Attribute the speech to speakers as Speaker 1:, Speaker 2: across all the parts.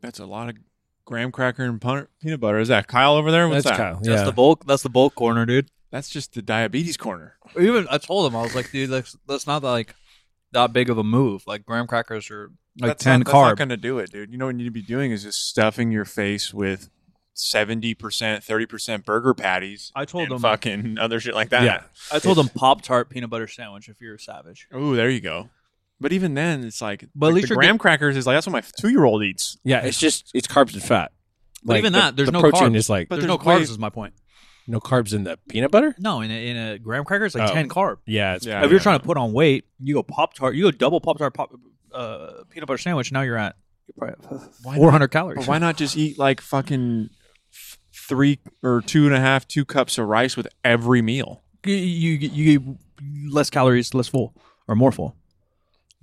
Speaker 1: That's a lot of graham cracker and pun- peanut butter. Is that Kyle over there? What's
Speaker 2: that's
Speaker 1: that?
Speaker 2: Kyle.
Speaker 3: That's
Speaker 2: Yeah.
Speaker 3: the bulk. That's the bulk corner, dude.
Speaker 1: That's just the diabetes corner.
Speaker 3: Even I told him I was like, dude, that's that's not like that big of a move. Like graham crackers are like
Speaker 1: that's
Speaker 3: ten
Speaker 1: not, that's not
Speaker 3: carb.
Speaker 1: going to do it, dude. You know what you need to be doing is just stuffing your face with seventy percent, thirty percent burger patties
Speaker 3: I told
Speaker 1: and
Speaker 3: him.
Speaker 1: fucking other shit like that.
Speaker 2: Yeah.
Speaker 3: I told him pop tart peanut butter sandwich if you're a savage.
Speaker 1: Ooh, there you go. But even then, it's like,
Speaker 3: But at
Speaker 1: like
Speaker 3: least
Speaker 1: the
Speaker 3: you're
Speaker 1: graham crackers is like that's what my two year old eats.
Speaker 2: yeah, it's just it's carbs and fat.
Speaker 3: But even
Speaker 2: the-
Speaker 3: that, there's
Speaker 2: the
Speaker 3: no
Speaker 2: protein
Speaker 3: carbs.
Speaker 2: is like
Speaker 1: But
Speaker 3: There's no
Speaker 1: there's
Speaker 3: carbs
Speaker 1: way-
Speaker 3: is my point.
Speaker 2: no carbs in the peanut butter.
Speaker 3: No, in a, in a graham cracker it's like
Speaker 2: Oh.
Speaker 3: ten carb.
Speaker 2: Yeah, it's
Speaker 1: Yeah.
Speaker 3: if you're trying to put on weight, you go pop tart, you go double pop tart pop uh, peanut butter sandwich. Now you're at
Speaker 1: Why
Speaker 3: four hundred
Speaker 1: But
Speaker 3: calories.
Speaker 1: why not just eat like fucking f- three or two and a half, two cups of rice with every meal?
Speaker 3: You, you you get less calories, less full or more full.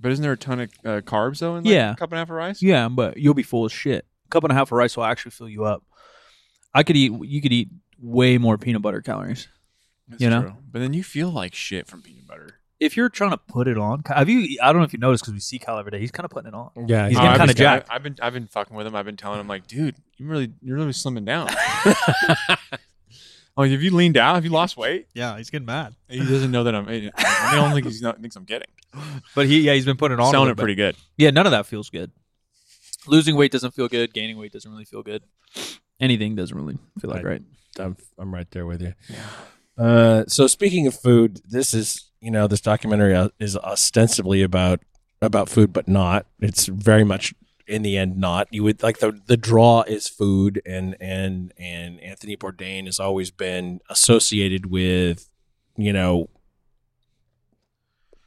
Speaker 1: But isn't there a ton of uh, carbs though in like,
Speaker 3: Yeah.
Speaker 1: a cup and a half of rice?
Speaker 3: Yeah, but you'll be full as shit. A cup and a half of rice will actually fill you up. I could eat. You could eat way more peanut butter calories
Speaker 1: That's
Speaker 3: You know?
Speaker 1: true. But then you feel like shit from peanut butter.
Speaker 3: if you're trying to put it on. Have you? I don't know if you noticed because we see Kyle every day. He's kind of putting it on.
Speaker 2: yeah.
Speaker 3: He's
Speaker 1: Oh,
Speaker 3: getting
Speaker 1: I've
Speaker 3: kinda
Speaker 1: just- I-
Speaker 3: jacked.
Speaker 1: I've been I've been fucking with him. I've been telling him like, dude, you really you're really slimming down. like, have you leaned out? Have you lost weight?
Speaker 3: Yeah, he's getting mad.
Speaker 1: He doesn't know that I'm. I don't think he's not, thinks I'm getting.
Speaker 3: But he, yeah, he's been putting it on. a
Speaker 1: Selling
Speaker 3: little
Speaker 1: it
Speaker 3: bit.
Speaker 1: pretty good.
Speaker 3: Yeah, none of that feels good. Losing weight doesn't feel good. Gaining weight doesn't really feel good. Anything doesn't really feel like
Speaker 2: Right.
Speaker 3: right.
Speaker 2: I'm I'm right there with you. Uh, so speaking of food, this is you know this documentary o- is ostensibly about about food, but not. It's very much in the end not. You would like the the draw is food, and and and Anthony Bourdain has always been associated with you know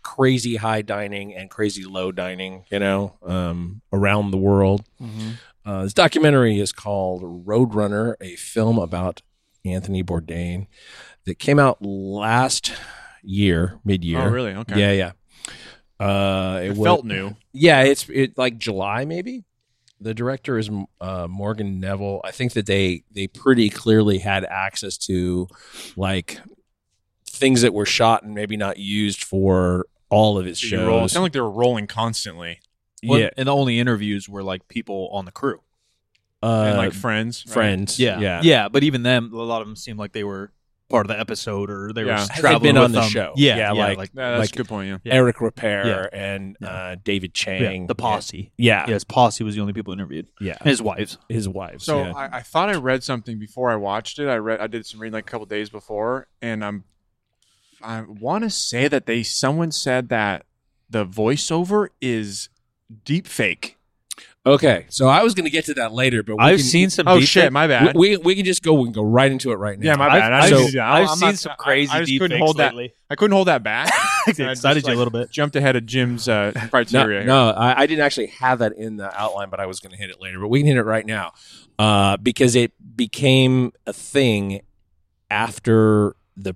Speaker 2: crazy high dining and crazy low dining. You know, um, around the world.
Speaker 3: Mm-hmm.
Speaker 2: Uh, this documentary is called Roadrunner, a film about Anthony Bourdain that came out last year, mid year.
Speaker 1: Oh, really? Okay.
Speaker 2: Yeah, yeah. Uh, it,
Speaker 1: It
Speaker 2: wa-
Speaker 1: felt new.
Speaker 2: Yeah, it's it like July maybe. The director is uh, Morgan Neville. I think that they they pretty clearly had access to like things that were shot and maybe not used for all of his
Speaker 1: You roll- It
Speaker 2: shows.
Speaker 1: sounded like they were rolling constantly.
Speaker 2: yeah,
Speaker 3: And the only interviews were like people on the crew.
Speaker 2: uh,
Speaker 1: and like friends, right?
Speaker 2: friends. yeah.
Speaker 3: Yeah. Yeah. But even them, a lot of them seemed like they were part of the episode or they
Speaker 1: Yeah.
Speaker 3: were
Speaker 1: Had
Speaker 2: they
Speaker 3: traveling
Speaker 2: been
Speaker 3: with
Speaker 2: on the
Speaker 3: them.
Speaker 2: show?
Speaker 3: Yeah.
Speaker 2: Yeah, like-
Speaker 1: Yeah, uh, that's
Speaker 2: Like-
Speaker 1: a good point. Yeah.
Speaker 3: Yeah.
Speaker 2: Eric Repair and Uh, David Chang.
Speaker 3: yeah, the posse.
Speaker 2: Yeah.
Speaker 3: Yes, posse was the only people interviewed.
Speaker 2: Yeah.
Speaker 3: And His wives.
Speaker 2: His wives.
Speaker 1: So
Speaker 2: yeah.
Speaker 1: I, I thought I read something before I watched it. I read, I did some reading like a couple days before, and I'm, I want to say that they someone said that the voiceover is deep fake.
Speaker 2: okay. So I was going to get to that later, but we
Speaker 3: I've
Speaker 2: can-
Speaker 3: seen some.
Speaker 1: Oh
Speaker 3: deep
Speaker 1: shit,
Speaker 3: fake-
Speaker 1: my bad.
Speaker 2: We, we we can just go. We can go right into it right now.
Speaker 1: yeah, my
Speaker 3: I've-
Speaker 1: bad.
Speaker 3: I've,
Speaker 1: I
Speaker 2: So-
Speaker 1: just-
Speaker 3: I've
Speaker 1: I'm
Speaker 3: seen
Speaker 1: not-
Speaker 3: some
Speaker 1: I-
Speaker 3: crazy
Speaker 1: I, just
Speaker 3: deep
Speaker 1: couldn't
Speaker 3: fakes
Speaker 1: hold that.
Speaker 3: lately.
Speaker 1: I couldn't hold that back.
Speaker 3: It
Speaker 1: And I just,
Speaker 3: excited you a
Speaker 1: like,
Speaker 3: little bit.
Speaker 1: Jumped ahead of Jim's uh,
Speaker 2: No,
Speaker 1: criteria. here.
Speaker 2: no, I, I didn't actually have that in the outline, but I was going to hit it later. But we can hit it right now uh, because it became a thing after the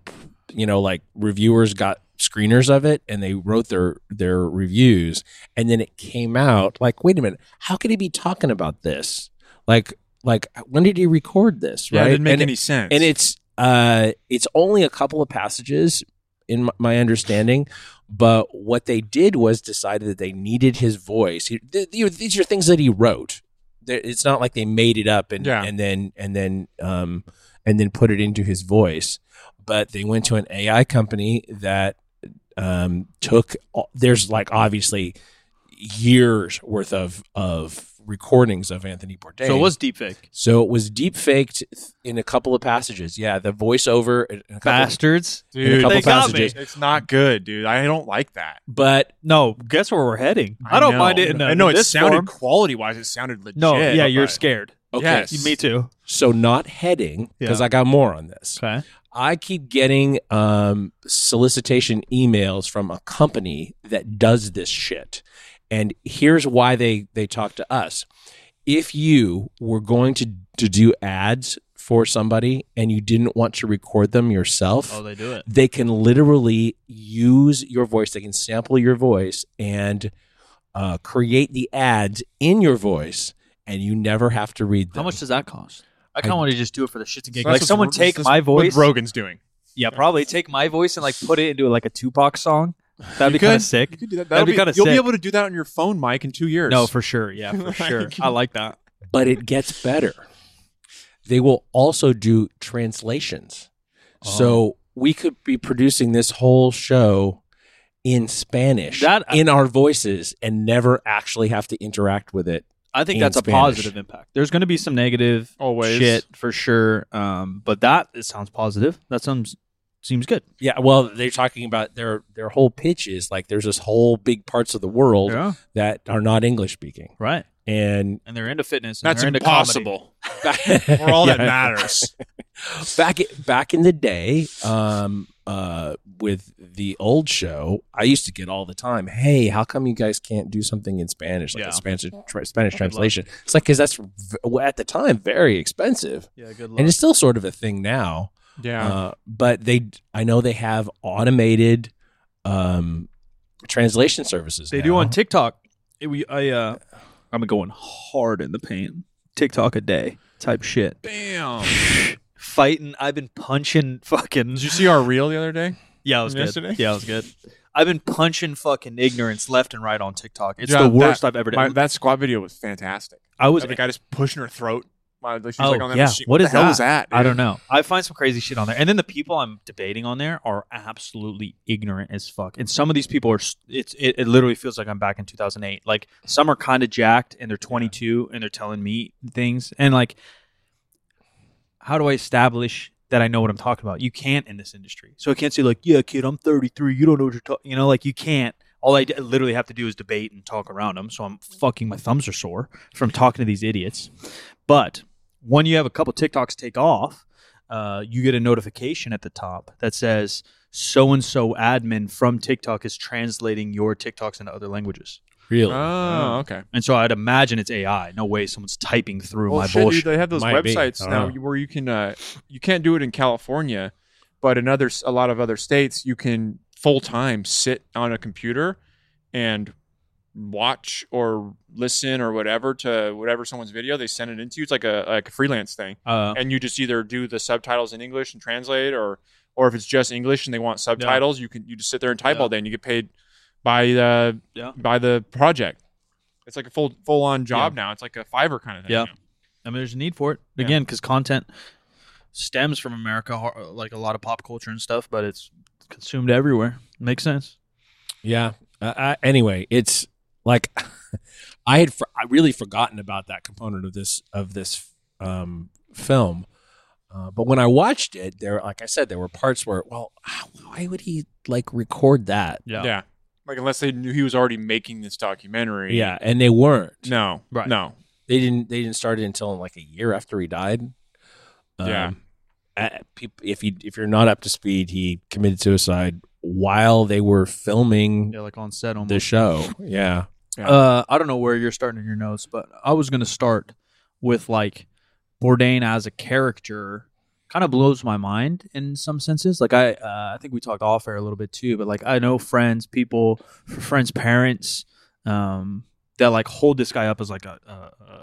Speaker 2: you know like reviewers got screeners of it and they wrote their their reviews and then it came out like wait a minute how could he be talking about this like like when did he record this
Speaker 1: Yeah,
Speaker 2: right
Speaker 1: it didn't make
Speaker 2: and,
Speaker 1: any sense.
Speaker 2: and it's uh it's only a couple of passages in my, my understanding but what they did was decided that they needed his voice He- th- th- these are things that he wrote They're- it's not like they made it up and
Speaker 1: Yeah.
Speaker 2: and then and then um and then put it into his voice but they went to an ai company that um took all- there's like obviously years worth of of recordings of Anthony Bourdain
Speaker 3: So it was deep fake.
Speaker 2: so it was deep faked in a couple of passages. Yeah, the voiceover, uh, in a couple,
Speaker 3: Bastards.
Speaker 2: in a
Speaker 1: dude,
Speaker 2: couple
Speaker 3: they got me.
Speaker 2: passages.
Speaker 1: it's not good, dude. I don't like that.
Speaker 2: But
Speaker 3: No, guess where we're heading. I, don't
Speaker 1: know.
Speaker 3: mind it. In a,
Speaker 1: I know
Speaker 3: in
Speaker 1: it
Speaker 3: this
Speaker 1: sounded
Speaker 3: form.
Speaker 1: quality wise. It sounded legit.
Speaker 3: No, yeah, you're
Speaker 1: but-
Speaker 3: scared.
Speaker 2: okay,
Speaker 1: Yes.
Speaker 3: Me too.
Speaker 2: so not heading because
Speaker 3: Yeah.
Speaker 2: I got more on this.
Speaker 3: Okay.
Speaker 2: I keep getting um, solicitation emails from a company that does this shit. And here's why they they talk to us. If you were going to to do ads for somebody and you didn't want to record them yourself,
Speaker 3: Oh, they do it.
Speaker 2: they can literally use your voice. They can sample your voice and uh, create the ads in your voice, and you never have to read them.
Speaker 3: How much does that cost? I kind
Speaker 2: I-
Speaker 3: of want to just do it for the shits and giggles.
Speaker 1: So
Speaker 3: like
Speaker 1: that's
Speaker 3: someone
Speaker 1: what's-
Speaker 3: take
Speaker 1: that's
Speaker 3: my
Speaker 1: what
Speaker 3: voice.
Speaker 1: Rogan's doing.
Speaker 3: Yeah, probably take my voice and like put it into like a Tupac song. That'd be
Speaker 1: could.
Speaker 3: kind of sick.
Speaker 1: You could do that.
Speaker 3: That'd
Speaker 1: That'll
Speaker 3: be
Speaker 1: be,
Speaker 3: kinda
Speaker 1: you'll
Speaker 3: sick.
Speaker 1: be able to do that on your phone mic in two years.
Speaker 3: No, for sure. Yeah, for sure. I like that.
Speaker 2: but it gets better. They will also do translations. So we could be producing this whole show in Spanish
Speaker 3: That-
Speaker 2: in our voices and never actually have to interact with it.
Speaker 3: I think
Speaker 2: in
Speaker 3: that's
Speaker 2: Spanish.
Speaker 3: a positive impact. There's going to be some negative
Speaker 1: Always.
Speaker 3: shit for sure, um, but that it sounds positive. That sounds seems good.
Speaker 2: Yeah, well, they're talking about their their whole pitch is like there's this whole big parts of the world
Speaker 3: Yeah,
Speaker 2: that are not English speaking.
Speaker 3: right.
Speaker 2: And
Speaker 3: And they're into fitness. And
Speaker 1: That's
Speaker 3: they're into
Speaker 1: impossible. For all that matters.
Speaker 2: back back in the day um uh with the old show i used to get all the time hey how come you guys can't do something in spanish like
Speaker 3: Yeah.
Speaker 2: a spanish tra- spanish translation it's like because that's v- at the time very expensive
Speaker 3: comedy. Yeah, good luck.
Speaker 2: and it's still sort of a thing now
Speaker 1: Yeah.
Speaker 2: uh, but they i know they have automated um translation services
Speaker 3: they
Speaker 2: now.
Speaker 3: do on TikTok. It- we, I, uh, I'm going hard in the paint. TikTok a day type shit.
Speaker 1: Damn.
Speaker 3: Fighting. I've been punching fucking.
Speaker 1: Did you see our reel the other day?
Speaker 3: Yeah, it was
Speaker 1: Yesterday?
Speaker 3: good. Yeah, it was good. I've been punching fucking ignorance left and right on TikTok. It's
Speaker 1: Yeah,
Speaker 3: the
Speaker 1: that-
Speaker 3: worst I've ever
Speaker 1: My,
Speaker 3: done.
Speaker 1: that squat video was fantastic.
Speaker 3: I was
Speaker 1: Was the guy just pushing her throat? My, like, she's
Speaker 3: Oh,
Speaker 1: like on that
Speaker 3: yeah.
Speaker 1: machine.
Speaker 3: What
Speaker 1: the
Speaker 3: is
Speaker 1: hell
Speaker 3: that?
Speaker 1: was that?
Speaker 3: I
Speaker 1: dude?
Speaker 3: don't know. I find some crazy shit on there, and then the people I'm debating on there are absolutely ignorant as fuck. And some of these people are. s- It's it, it literally feels like I'm back in 2008. Like some are kind of jacked, and they're 22, and they're telling me things, and like, how do I establish that I know what I'm talking about? You can't in this industry, so I can't say like, yeah, kid, I'm 33. You don't know what you're talking. You know, like you can't. All I d- literally have to do is debate and talk around them. So I'm fucking my thumbs are sore from talking to these idiots. But when you have a couple TikToks take off, uh, you get a notification at the top that says so and so admin from TikTok is translating your TikToks into other languages.
Speaker 2: really
Speaker 1: Oh, okay.
Speaker 3: And so I'd imagine it's AI. No way someone's typing through
Speaker 1: Well,
Speaker 3: my
Speaker 1: shit,
Speaker 3: bullshit.
Speaker 1: dude, they have those
Speaker 2: Might be.
Speaker 1: websites
Speaker 2: I
Speaker 1: now
Speaker 2: don't know.
Speaker 1: where you can uh, you can't do it in California, but in other a lot of other states you can full time sit on a computer and watch or listen or whatever to whatever someone's video they send it into. It's like a like a freelance thing,
Speaker 3: Uh,
Speaker 1: and you just either do the subtitles in English and translate, or or if it's just English and they want subtitles, you can you just sit there and type
Speaker 3: Yeah.
Speaker 1: all day and you get paid by the
Speaker 3: Yeah.
Speaker 1: by the project. It's like a full full on job now. It's like a Fiverr kind of thing.
Speaker 3: Yeah.
Speaker 1: now.
Speaker 3: I mean, there's a need for it
Speaker 1: Yeah.
Speaker 3: again because content stems from America, har- like a lot of pop culture and stuff, but it's consumed everywhere. Makes sense.
Speaker 2: Yeah. Uh, I, anyway, it's like I had for, I really forgotten about that component of this of this um, film, uh, but when I watched it, there, like I said, there were parts where, well, how- why would he like record that?
Speaker 1: Yeah. Like unless they knew he was already making this documentary.
Speaker 2: Yeah, and they weren't.
Speaker 1: No.
Speaker 3: Right.
Speaker 1: No.
Speaker 2: They didn't. They didn't start it until like a year after he died.
Speaker 1: Yeah.
Speaker 2: uh, peop- if you if you're not up to speed, he committed suicide while they were filming
Speaker 3: Yeah, like on set almost.
Speaker 2: the show. Yeah.
Speaker 1: Yeah.
Speaker 3: Uh, I don't know where you're starting in your notes, but I was gonna start with like Bourdain as a character kind of blows my mind in some senses. Like I, uh, I think we talked off air a little bit too, but like I know friends, people, friends, parents, um, that like hold this guy up as like a, a,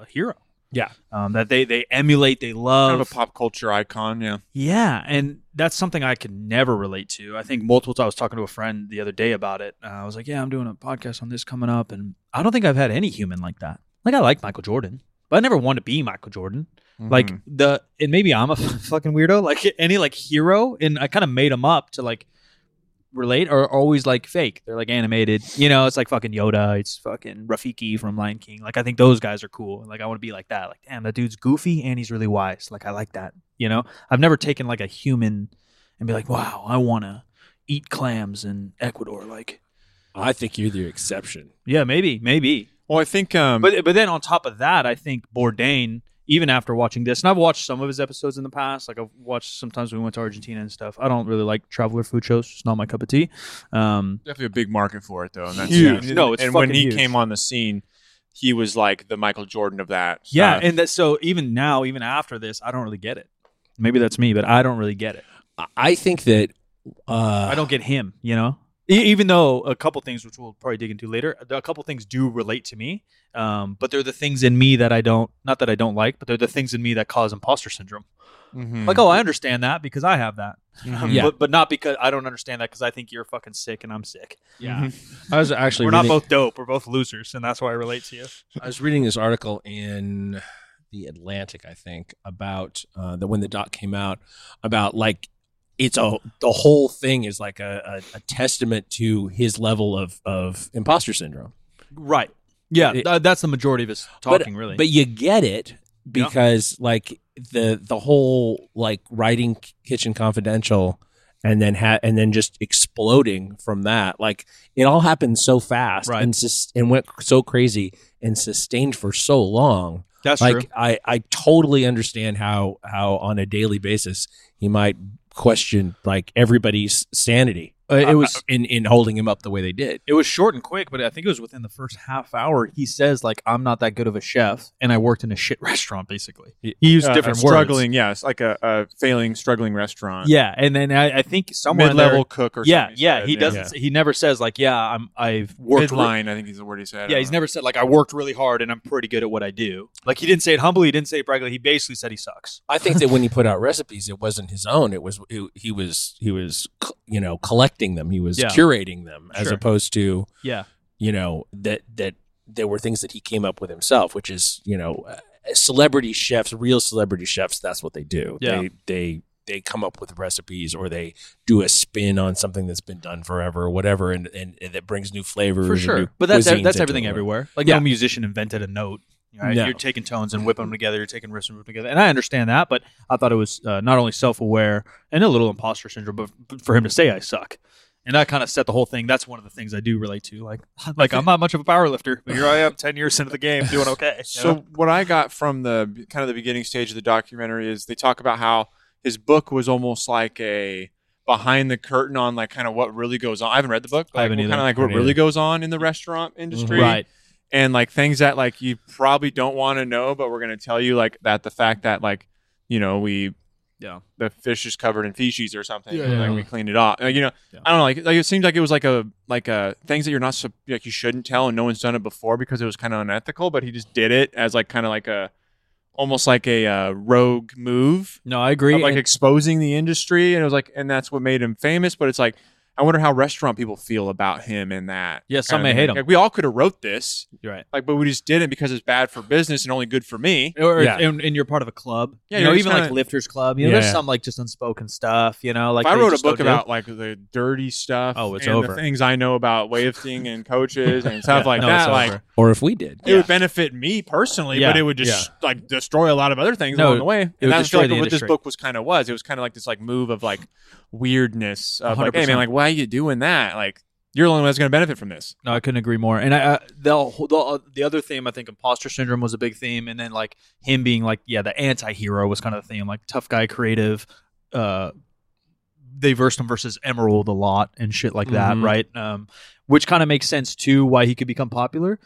Speaker 3: a hero.
Speaker 2: Yeah.
Speaker 3: um, that they they emulate, they love.
Speaker 1: Kind of a pop culture icon. Yeah.
Speaker 3: Yeah, and that's something I could never relate to. I think multiple times I was talking to a friend the other day about it. Uh, I was like, "Yeah, I'm doing a podcast on this coming up," and I don't think I've had any human like that. Like I like Michael Jordan, but I never wanted to be Michael Jordan. Like
Speaker 1: Mhm.
Speaker 3: the and maybe I'm a fucking weirdo. Like any like hero, and I kind of made him up to like relate are always like fake. They're like animated. You know, it's like fucking Yoda. It's fucking Rafiki from Lion King. Like I think those guys are cool. Like I want to be like that. Like damn, that dude's goofy and he's really wise. Like I like that. You know, I've never taken like a human and be like, wow, I want to eat clams in Ecuador. Like
Speaker 2: I think you're the exception.
Speaker 3: yeah, maybe, maybe.
Speaker 1: well, I think um
Speaker 3: But but then on top of that, I think Bourdain, even after watching this, and I've watched some of his episodes in the past. Like I've watched sometimes when we went to Argentina and stuff. I don't really like traveler food shows. It's not my cup of tea. Um,
Speaker 1: definitely a big market for it though. And that's
Speaker 3: Huge.
Speaker 1: yeah.
Speaker 3: No, it's
Speaker 1: and when
Speaker 3: fucking
Speaker 1: he
Speaker 3: huge.
Speaker 1: came on the scene, he was like the Michael Jordan of that.
Speaker 3: yeah,
Speaker 1: stuff.
Speaker 3: and that, so even now, even after this, I don't really get it. Maybe that's me, but I don't really get it.
Speaker 2: I- I think that uh,
Speaker 3: I don't get him. You know, E- even though a couple things, which we'll probably dig into later, a couple things do relate to me. Um, but they're the things in me that I don't, not that I don't like, but they're the things in me that cause imposter syndrome.
Speaker 1: Mhm.
Speaker 3: Like, oh, I understand that because I have that.
Speaker 1: Mhm.
Speaker 2: Yeah.
Speaker 3: Um, But, but not because I don't understand that because I think you're fucking sick and I'm sick.
Speaker 1: Mhm.
Speaker 2: I was
Speaker 3: Mm-hmm.
Speaker 2: actually
Speaker 3: We're not
Speaker 2: reading-
Speaker 3: both dope. We're both losers, and that's why I relate to you.
Speaker 2: I was reading this article in the Atlantic, I think, about uh, that when the doc came out about like it's a the whole thing is like a, a, a testament to his level of of imposter syndrome.
Speaker 3: Right. uh, Yeah,
Speaker 2: It-
Speaker 3: tha- that's the majority of his talking,
Speaker 2: but,
Speaker 3: really.
Speaker 2: But you get it because like the the whole like writing Kitchen Confidential and then ha- and then just exploding from that like it all happened so fast
Speaker 3: Right.
Speaker 2: and sus- and went so crazy and sustained for so long
Speaker 3: that's
Speaker 2: like
Speaker 3: true.
Speaker 2: I I totally understand how how on a daily basis he might question like everybody's sanity Uh, it was in in holding him up the way they did
Speaker 3: It was short and quick, but I think it was within the first half hour. He says, like, I'm not that good of a chef, and I worked in a shit restaurant, basically. He used
Speaker 1: Uh,
Speaker 3: different
Speaker 1: a
Speaker 3: words.
Speaker 1: struggling, yes, like a, a failing, struggling restaurant.
Speaker 3: Yeah, and then I, I think somewhere in there-
Speaker 1: mid-level cook or
Speaker 3: yeah,
Speaker 1: something he
Speaker 3: yeah,
Speaker 1: said,
Speaker 3: he doesn't. He never says like, yeah, I'm. I've worked. re-
Speaker 1: Midline, I think is the word he said. I
Speaker 3: yeah,
Speaker 1: don't
Speaker 3: he's
Speaker 1: know.
Speaker 3: never said like I worked really hard and I'm pretty good at what I do. Like he didn't say it humbly. He didn't say it bragly. He basically said he sucks.
Speaker 2: I think that when he put out recipes, it wasn't his own. It was it, he was he was you know collecting them. He was
Speaker 3: Yeah.
Speaker 2: curating them as
Speaker 3: Sure.
Speaker 2: opposed to
Speaker 3: Yeah,
Speaker 2: you know that that there were things that he came up with himself, which is you know uh, celebrity chefs, real celebrity chefs. That's what they do.
Speaker 3: Yeah.
Speaker 2: They they they come up with recipes or they do a spin on something that's been done forever or whatever, and and, and that brings new flavors.
Speaker 3: for
Speaker 2: and
Speaker 3: sure.
Speaker 2: new
Speaker 3: But that's
Speaker 2: cuisines
Speaker 3: that's
Speaker 2: into
Speaker 3: everything
Speaker 2: it.
Speaker 3: everywhere. Like
Speaker 2: Yeah.
Speaker 3: no musician invented a note. Right?
Speaker 2: No.
Speaker 3: You're taking tones and whipping them together. You're taking riffs and whipping them together. And I understand that, but I thought it was uh, not only self aware and a little imposter syndrome, but but for him to say I suck. And that kind of set the whole thing. That's one of the things I do relate to. Like, like I'm not much of a power lifter, but here I am, ten years into the game, doing okay. you
Speaker 1: So
Speaker 3: know?
Speaker 1: what I got from the kind of the beginning stage of the documentary is they talk about how his book was almost like a behind the curtain on like kind of what really goes on. I haven't read the book. But
Speaker 3: I haven't
Speaker 1: Kind
Speaker 3: either.
Speaker 1: of like what
Speaker 2: Haven't
Speaker 1: really
Speaker 2: either.
Speaker 1: goes on in the restaurant industry,
Speaker 3: right,
Speaker 1: And like things that like you probably don't want to know, but we're gonna tell you like that the fact that like you know we
Speaker 3: Yeah.
Speaker 1: the fish is covered in feces or something.
Speaker 3: Yeah,
Speaker 1: and,
Speaker 3: yeah.
Speaker 1: Like we cleaned it off. Like, you know,
Speaker 3: Yeah.
Speaker 1: I don't know. Like, like it seemed like it was like a like a things that you're not sup- like you shouldn't tell, and no one's done it before because it was kind of unethical. But he just did it as like kind of like a almost like a uh, rogue move,
Speaker 3: no, I agree.
Speaker 1: of, like
Speaker 3: And-
Speaker 1: exposing the industry. And it was like, and that's what made him famous. But it's like. I wonder how restaurant people feel about him and that.
Speaker 3: Yeah, some
Speaker 1: kinda
Speaker 3: may
Speaker 1: thing.
Speaker 3: hate him.
Speaker 1: Like we all could have wrote this,
Speaker 3: you're right.
Speaker 1: like, but we just didn't because it's bad for business and only good for me.
Speaker 3: or
Speaker 2: Yeah.
Speaker 3: and, and you're part of a club.
Speaker 1: Yeah,
Speaker 3: you
Speaker 1: you're
Speaker 3: know,
Speaker 1: just
Speaker 3: even like
Speaker 1: kinda-
Speaker 3: lifters club. You know,
Speaker 2: Yeah.
Speaker 3: there's some like just unspoken stuff. You know, like
Speaker 1: if I
Speaker 3: they
Speaker 1: wrote a
Speaker 3: just
Speaker 1: book
Speaker 3: don't do.
Speaker 1: about like the dirty stuff,
Speaker 3: Oh, it's
Speaker 1: and
Speaker 3: over.
Speaker 1: The things I know about weightlifting and coaches and stuff like
Speaker 3: no, it's
Speaker 1: that,
Speaker 3: over.
Speaker 1: like
Speaker 2: Or if we did,
Speaker 1: it
Speaker 3: Yeah.
Speaker 1: would benefit me personally,
Speaker 3: Yeah,
Speaker 1: but it would just like destroy a lot of other things
Speaker 3: No,
Speaker 1: along the way.
Speaker 3: would
Speaker 1: And that's
Speaker 3: destroy
Speaker 1: like
Speaker 3: the
Speaker 1: what
Speaker 3: industry.
Speaker 1: this book was kind of was. It was kind of like this like move of like weirdness of like, hey
Speaker 3: 100%.
Speaker 1: man, like why are you doing that? Like you're the only one that's going to benefit from this.
Speaker 3: No, I couldn't agree more. And I, I the, whole- the the other theme I think imposter syndrome was a big theme, and then like him being like yeah the anti-hero was kind of the theme, like tough guy, creative. Uh, they versed him versus Emerald a lot and shit like that,
Speaker 2: Mhm.
Speaker 3: right? Um, which kind of makes sense too why he could become popular.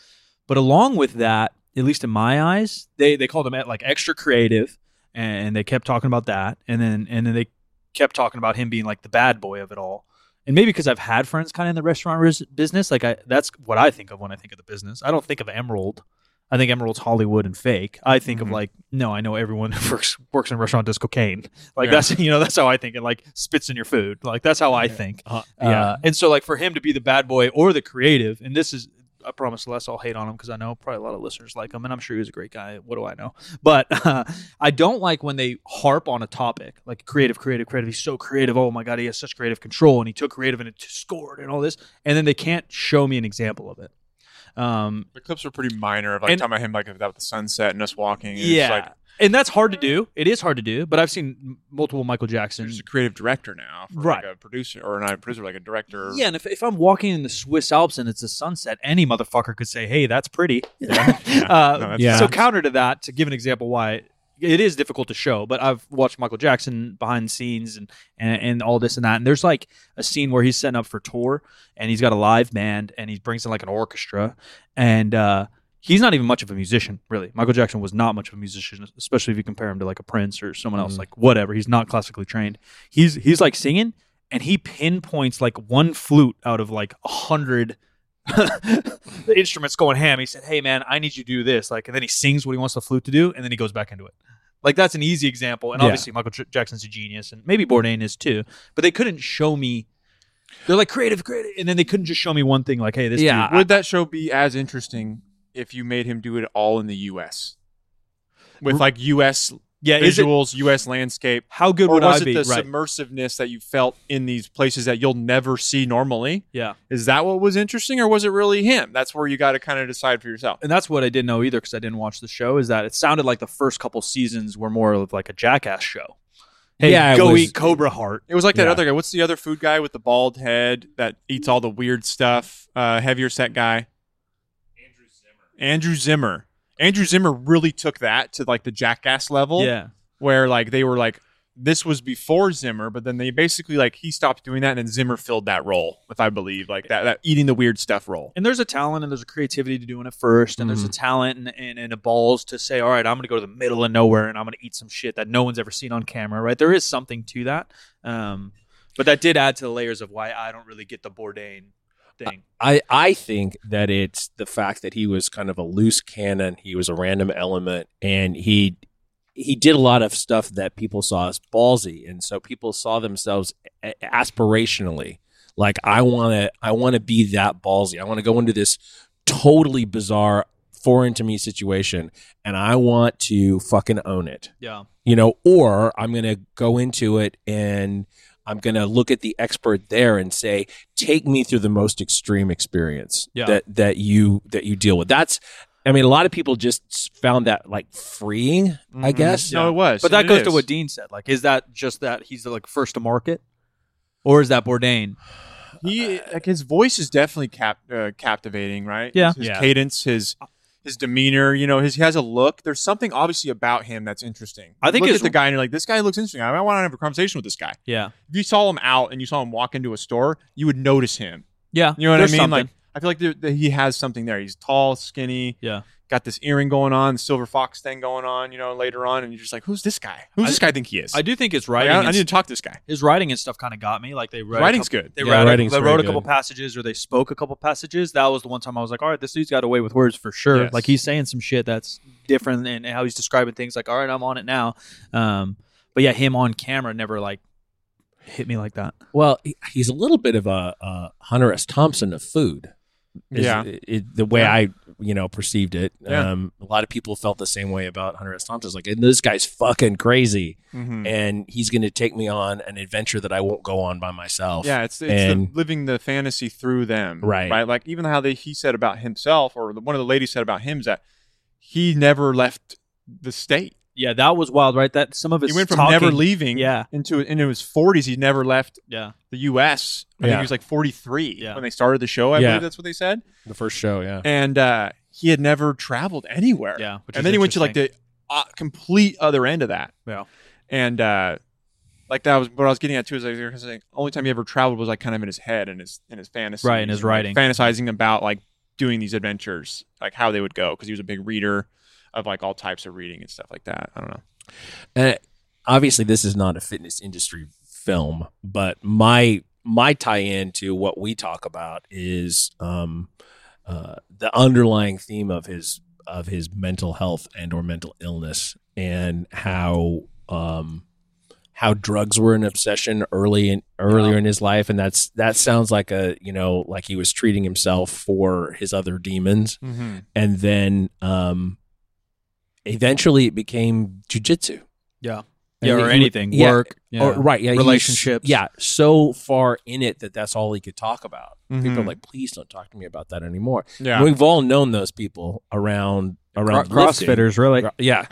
Speaker 3: But along with that, at least in my eyes, they they called him like extra creative, and they kept talking about that, and then and then they kept talking about him being like the bad boy of it all and maybe because I've had friends kind of in the restaurant ris- business, like I, that's what I think of when I think of the business. I don't think of Emerald. I think Emerald's Hollywood and fake. I think
Speaker 1: Mhm.
Speaker 3: of like, no, I know everyone who works works in a restaurant does cocaine. Like
Speaker 1: Yeah.
Speaker 3: that's you know that's how I think, and like spits in your food. Like that's how I think.
Speaker 2: Uh,
Speaker 3: Uh, and so like for him to be the bad boy or the creative, and this is I promise less I'll hate on him because I know probably a lot of listeners like him, and I'm sure he's a great guy. What do I know? But uh, I don't like when they harp on a topic like creative, creative, creative. He's so creative. Oh my god, he has such creative control, and he took creative and it scored and all this, and then they can't show me an example of it. Um,
Speaker 1: The clips were pretty minor of like
Speaker 3: And-
Speaker 1: talking about him like about the sunset and us walking. And
Speaker 3: yeah,
Speaker 1: it's like
Speaker 3: and that's hard to do. It is hard to do, but I've seen m- multiple Michael
Speaker 1: you're
Speaker 3: Jackson.
Speaker 1: just a creative director now, for
Speaker 3: Right.
Speaker 1: Like a producer or not a producer, like a director.
Speaker 3: Yeah, and if, if I'm walking in the Swiss Alps and it's a sunset, any motherfucker could say, "Hey, that's pretty." Uh,
Speaker 1: No, that's-
Speaker 2: Yeah.
Speaker 3: So counter to that, to give an example why it is difficult to show, but I've watched Michael Jackson behind the scenes and, and and all this and that, and there's like a scene where he's setting up for tour and he's got a live band and he brings in like an orchestra and uh, he's not even much of a musician really. Michael Jackson was not much of a musician, especially if you compare him to like a Prince or someone else,
Speaker 2: Mhm.
Speaker 3: like whatever. He's not classically trained. He's he's like singing and he pinpoints like one flute out of like a hundred the instruments going ham. He said, "Hey man, I need you to do this." Like, and then he sings what he wants the flute to do, and then he goes back into it. Like that's an easy example, and
Speaker 2: Yeah.
Speaker 3: obviously Michael J- Jackson's a genius, and maybe Bourdain is too. But they couldn't show me. They're like creative, creative, and then they couldn't just show me one thing. Like, hey, this
Speaker 2: Yeah.
Speaker 3: dude-
Speaker 1: Would that show be as interesting if you made him do it all in the U.S.? with like U.S.
Speaker 3: Yeah, is it
Speaker 1: visuals, U.S. landscape.
Speaker 3: how good
Speaker 1: Or
Speaker 3: would
Speaker 1: was
Speaker 3: I
Speaker 1: it
Speaker 3: be?
Speaker 1: the
Speaker 3: right.
Speaker 1: submersiveness that you felt in these places that you'll never see normally?
Speaker 3: yeah.
Speaker 1: Is that what was interesting, or was it really him? That's where you got to kind of decide for yourself.
Speaker 3: and that's what I didn't know either because I didn't watch the show. Is that it sounded like the first couple seasons were more of like a jackass show. Hey,
Speaker 2: Yeah, it
Speaker 3: go
Speaker 2: was-
Speaker 3: eat Cobra Heart.
Speaker 1: It was like that
Speaker 2: Yeah.
Speaker 1: other guy. What's the other food guy with the bald head that eats all the weird stuff? Uh, heavier set guy. Andrew Zimmer. Andrew Zimmer really took that to like the jackass level.
Speaker 3: Yeah,
Speaker 1: Where like they were like, this was before Zimmer, but then they basically like he stopped doing that and then Zimmer filled that role, if I believe, like that, that eating the weird stuff role.
Speaker 3: and there's a talent and there's a creativity to doing it first, and there's
Speaker 1: Mm-hmm.
Speaker 3: a talent and, and and a balls to say, all right, I'm gonna go to the middle of nowhere and I'm gonna eat some shit that no one's ever seen on camera. Right? There is something to that. Um, but that did add to the layers of why I don't really get the Bourdain thing.
Speaker 2: I, I think that it's the fact that he was kind of a loose cannon. He was a random element, and he he did a lot of stuff that people saw as ballsy, and so people saw themselves a- aspirationally. Like I want to, I want to be that ballsy. I want to go into this totally bizarre, foreign to me situation, and I want to fucking own it
Speaker 3: Yeah,
Speaker 2: you know, or I'm going to go into it and I'm going to look at the expert there and say, take me through the most extreme experience
Speaker 3: Yeah.
Speaker 2: that that you that you deal with. That's, I mean, a lot of people just found that like freeing, I
Speaker 1: Mhm.
Speaker 2: guess.
Speaker 1: No, it was.
Speaker 3: Mm-hmm.
Speaker 1: and
Speaker 3: but that
Speaker 1: it
Speaker 3: goes to
Speaker 1: is.
Speaker 3: what Dean said. Like, is that just that he's like first to market, or is that Bourdain?
Speaker 1: he like his voice is definitely cap, uh, captivating, right?
Speaker 3: Yeah.
Speaker 1: his
Speaker 3: Yeah.
Speaker 1: cadence, his his demeanor, you know, his he has a look. There's something obviously about him that's interesting.
Speaker 3: I think
Speaker 1: you look at
Speaker 3: his-
Speaker 1: the guy and you're like, this guy looks interesting. I want to have a conversation with this guy.
Speaker 3: Yeah,
Speaker 1: If you saw him out and you saw him walk into a store, you would notice him.
Speaker 3: yeah.
Speaker 1: You know what
Speaker 3: there's
Speaker 1: I mean?
Speaker 3: something.
Speaker 1: Like I feel like there, that he has something there. He's tall, skinny.
Speaker 3: Yeah.
Speaker 1: Got this earring going on, the silver fox thing going on, you know, later on, and you're just like, who's this guy? Who's
Speaker 3: I-
Speaker 1: this guy? I think he is.
Speaker 3: I do think his
Speaker 1: Like,
Speaker 3: writing.
Speaker 1: I,
Speaker 3: and
Speaker 1: I need to
Speaker 3: st-
Speaker 1: talk to this guy.
Speaker 3: his writing and stuff kind of got me. Like they read. a
Speaker 1: Writing's
Speaker 3: couple-
Speaker 1: good.
Speaker 3: They,
Speaker 2: Yeah,
Speaker 3: read a,
Speaker 2: writing's
Speaker 3: they
Speaker 2: very
Speaker 3: wrote a
Speaker 2: good.
Speaker 3: couple passages or they spoke a couple passages. That was the one time I was like, all right, this dude's got away with words for sure.
Speaker 1: Yes.
Speaker 3: Like he's saying some shit that's different and how he's describing things. Like, all right, I'm on it now. Um, but yeah, him on camera never like hit me like that.
Speaker 2: Well, he- he's a little bit of a, a Hunter S. Thompson of food. is-
Speaker 1: Yeah.
Speaker 2: it- the way
Speaker 1: Yeah.
Speaker 2: I you know perceived it.
Speaker 1: Yeah.
Speaker 2: Um, a lot of people felt the same way about Hunter S. Thompson. It's Like, and this guy's fucking crazy,
Speaker 1: Mhm.
Speaker 2: and he's going to take me on an adventure that I won't go on by myself.
Speaker 1: Mm-hmm. Yeah, it's, it's
Speaker 2: and-
Speaker 1: the, living the fantasy through them,
Speaker 2: Right.
Speaker 1: Right, like even how they, he said about himself, or the, one of the ladies said about him, is that he never left the state.
Speaker 3: Yeah, that was wild, right? That some of his
Speaker 1: he went from
Speaker 3: talking-
Speaker 1: never leaving,
Speaker 3: Yeah.
Speaker 1: into into his forties. He never left
Speaker 3: Yeah,
Speaker 1: the U.S. I think
Speaker 2: Yeah.
Speaker 1: he was like forty-three
Speaker 3: Yeah.
Speaker 1: when they started the show. I
Speaker 2: Yeah.
Speaker 1: believe that's what they said,
Speaker 2: The first show, yeah.
Speaker 1: and uh, he had never traveled anywhere.
Speaker 3: yeah. which is
Speaker 1: and then he went to like
Speaker 3: interesting.
Speaker 1: the uh, complete other end of that.
Speaker 3: Yeah.
Speaker 1: and uh, like that was what I was getting at too. Is like, you're saying, only time he ever traveled was like kind of in his head and his in his fantasy,
Speaker 3: Right, in his writing.
Speaker 1: fantasizing about like doing these adventures, like how they would go, because he was a big reader of like all types of reading and stuff like that. I don't know.
Speaker 2: And obviously, this is not a fitness industry film, but my my tie in to what we talk about is um, uh, the underlying theme of his of his mental health and or mental illness and how um, how drugs were an obsession early in earlier in his life and that's that sounds like a you know like he was treating himself for his other demons
Speaker 1: Mm-hmm.
Speaker 2: and then um, eventually it became jujitsu.
Speaker 3: Yeah.
Speaker 2: And
Speaker 3: yeah
Speaker 2: he-
Speaker 3: or
Speaker 2: he-
Speaker 3: anything
Speaker 2: yeah,
Speaker 3: work. Yeah.
Speaker 2: or- right? Yeah, he was-
Speaker 3: Relationships.
Speaker 2: Yeah, so far in it that that's all he could talk about. People
Speaker 3: Hmm.
Speaker 2: are
Speaker 1: Mhm.
Speaker 2: like, please don't talk to me about that anymore.
Speaker 1: Yeah,
Speaker 2: And we've all known those people around around
Speaker 3: Cro-
Speaker 2: lifting.
Speaker 3: CrossFitters, really.
Speaker 2: Cro- yeah.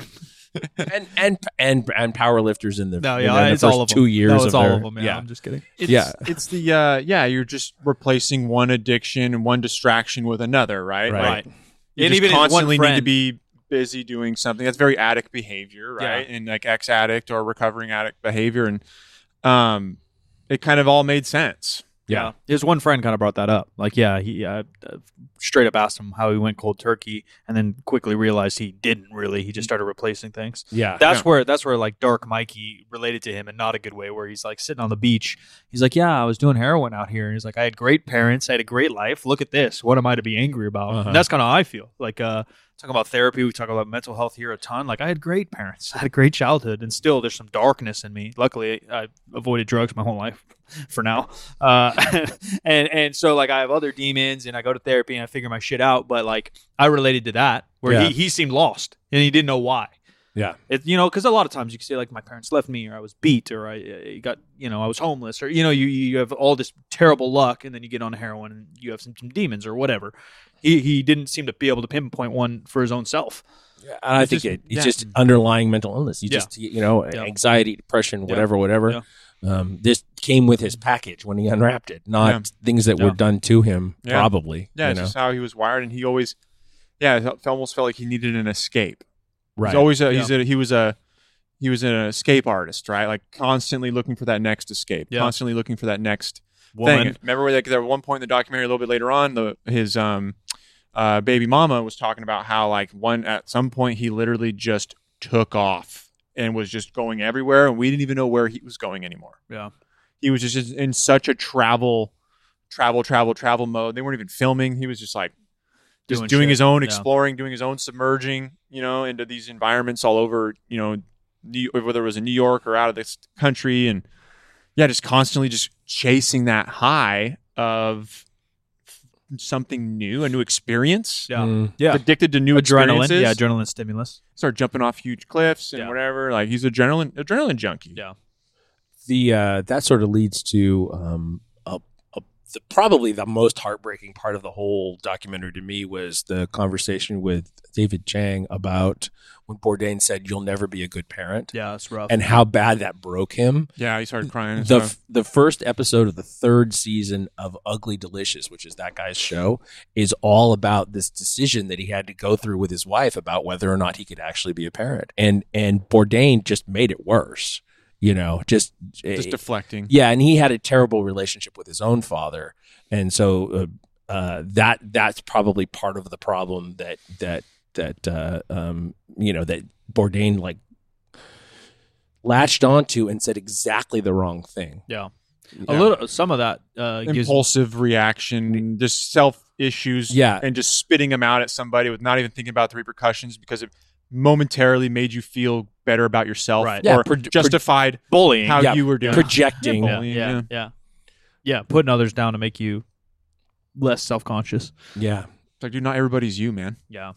Speaker 2: and and and and powerlifters in the
Speaker 3: No,
Speaker 2: in
Speaker 3: yeah,
Speaker 2: their- the
Speaker 3: it's
Speaker 2: first
Speaker 3: all of them.
Speaker 2: two years
Speaker 3: No, it's
Speaker 2: of
Speaker 3: all
Speaker 2: their-
Speaker 3: of them. Yeah, I'm just kidding.
Speaker 1: it's,
Speaker 2: yeah.
Speaker 1: it's the uh, yeah. You're just replacing one addiction and one distraction with another, right?
Speaker 2: Right.
Speaker 1: Like, you
Speaker 3: And
Speaker 1: just
Speaker 3: even his one
Speaker 1: constantly need to
Speaker 3: friend-
Speaker 1: be busy doing something that's very addict behavior right and like ex addict or recovering addict behavior and um it kind of all made sense
Speaker 2: Yeah.
Speaker 3: His one friend kind of brought that up. Like, yeah, he uh, uh, straight up asked him how he went cold turkey and then quickly realized he didn't really. He just started replacing things.
Speaker 2: yeah.
Speaker 3: That's where that's where like Dark Mikey related to him in not a good way where he's like sitting on the beach. He's like, "Yeah, I was doing heroin out here." And he's like, "I had great parents, I had a great life. Look at this. What am I to be angry about?"
Speaker 2: Uh-huh.
Speaker 3: And that's kind of how I feel. Like uh talking about therapy, we talk about mental health here a ton. Like I had great parents. I had a great childhood and still there's some darkness in me. Luckily, I avoided drugs my whole life for now. Uh and and so like I have other demons and I go to therapy and I figure my shit out, but like I related to that where
Speaker 2: Yeah.
Speaker 3: he he seemed lost and he didn't know why.
Speaker 2: Yeah.
Speaker 3: It, you know, because a lot of times you can say like my parents left me, or I was beat, or I, I got you know I was homeless, or you know you you have all this terrible luck, and then you get on heroin and you have some, some demons or whatever. He he didn't seem to be able to pinpoint one for his own self.
Speaker 2: Yeah, and I
Speaker 3: It's
Speaker 2: think
Speaker 3: just-
Speaker 2: it, it's
Speaker 3: yeah.
Speaker 2: just underlying mental illness. You
Speaker 3: Yeah.
Speaker 2: just you know
Speaker 3: Yeah.
Speaker 2: anxiety, depression, whatever, whatever. Um, this came with his package when he unwrapped it, not
Speaker 1: Yeah.
Speaker 2: things that
Speaker 3: Yeah.
Speaker 2: were done to him.
Speaker 1: Yeah.
Speaker 2: Probably,
Speaker 1: Yeah,
Speaker 2: you
Speaker 1: it's
Speaker 2: know?
Speaker 1: just how he was wired, and he always, yeah, it felt- almost felt like he needed an escape.
Speaker 2: right.
Speaker 1: He's always a, he's a, he was a he was an escape artist, right? Like constantly looking for that next escape,
Speaker 3: Yeah.
Speaker 1: constantly looking for that next
Speaker 3: Woman.
Speaker 1: thing. Remember, like there at one point in the documentary, a little bit later on, the his um uh, baby mama was talking about how like one at some point he literally just took off and was just going everywhere, and we didn't even know where he was going anymore.
Speaker 3: Yeah.
Speaker 1: he was just in such a travel, travel, travel, travel mode. They weren't even filming. He was just like just doing,
Speaker 3: shit.
Speaker 1: his own
Speaker 3: Yeah.
Speaker 1: exploring, doing his own submerging, you know, into these environments all over, you know, New, whether it was in New York or out of this country, and yeah, just constantly just chasing that high of something new, a new experience.
Speaker 3: Yeah.
Speaker 2: Mm.
Speaker 3: Yeah.
Speaker 1: Addicted to new
Speaker 3: adrenaline.
Speaker 1: experiences.
Speaker 3: Yeah, adrenaline stimulus.
Speaker 1: Start jumping off huge cliffs and
Speaker 3: Yeah.
Speaker 1: whatever. Like he's adrenaline adrenaline junkie.
Speaker 3: Yeah.
Speaker 2: the uh, that sort of leads to um, a, a, the, probably the most heartbreaking part of the whole documentary to me was the conversation with David Chang about when Bourdain said, "You'll never be a good parent,"
Speaker 3: Yeah, it's rough.
Speaker 2: and how bad that broke him.
Speaker 1: Yeah, he started crying. and
Speaker 2: the
Speaker 1: stuff.
Speaker 2: f- the first episode of the third season of Ugly Delicious, which is that guy's show, is all about this decision that he had to go through with his wife about whether or not he could actually be a parent, and and Bourdain just made it worse. You know, just eh,
Speaker 1: just deflecting.
Speaker 2: yeah, and he had a terrible relationship with his own father, and so uh, uh, that that's probably part of the problem that that that uh, um, you know that Bourdain like latched onto and said exactly the wrong thing.
Speaker 3: yeah.
Speaker 1: Yeah.
Speaker 3: a little. Some of that uh, gives.
Speaker 1: impulsive reaction, just self issues,
Speaker 2: Yeah.
Speaker 1: and just spitting them out at somebody with not even thinking about the repercussions because it momentarily made you feel better about yourself
Speaker 3: Right.
Speaker 2: Yeah,
Speaker 1: or
Speaker 2: pro-
Speaker 1: justified
Speaker 3: bullying.
Speaker 1: how
Speaker 2: yeah,
Speaker 1: you were doing.
Speaker 2: Projecting.
Speaker 1: Yeah.
Speaker 3: yeah,
Speaker 1: bullying,
Speaker 3: yeah,
Speaker 1: yeah.
Speaker 3: yeah, yeah, Putting others down to make you less self-conscious.
Speaker 2: Yeah.
Speaker 1: It's like, dude, not everybody's you, man.
Speaker 3: Yeah,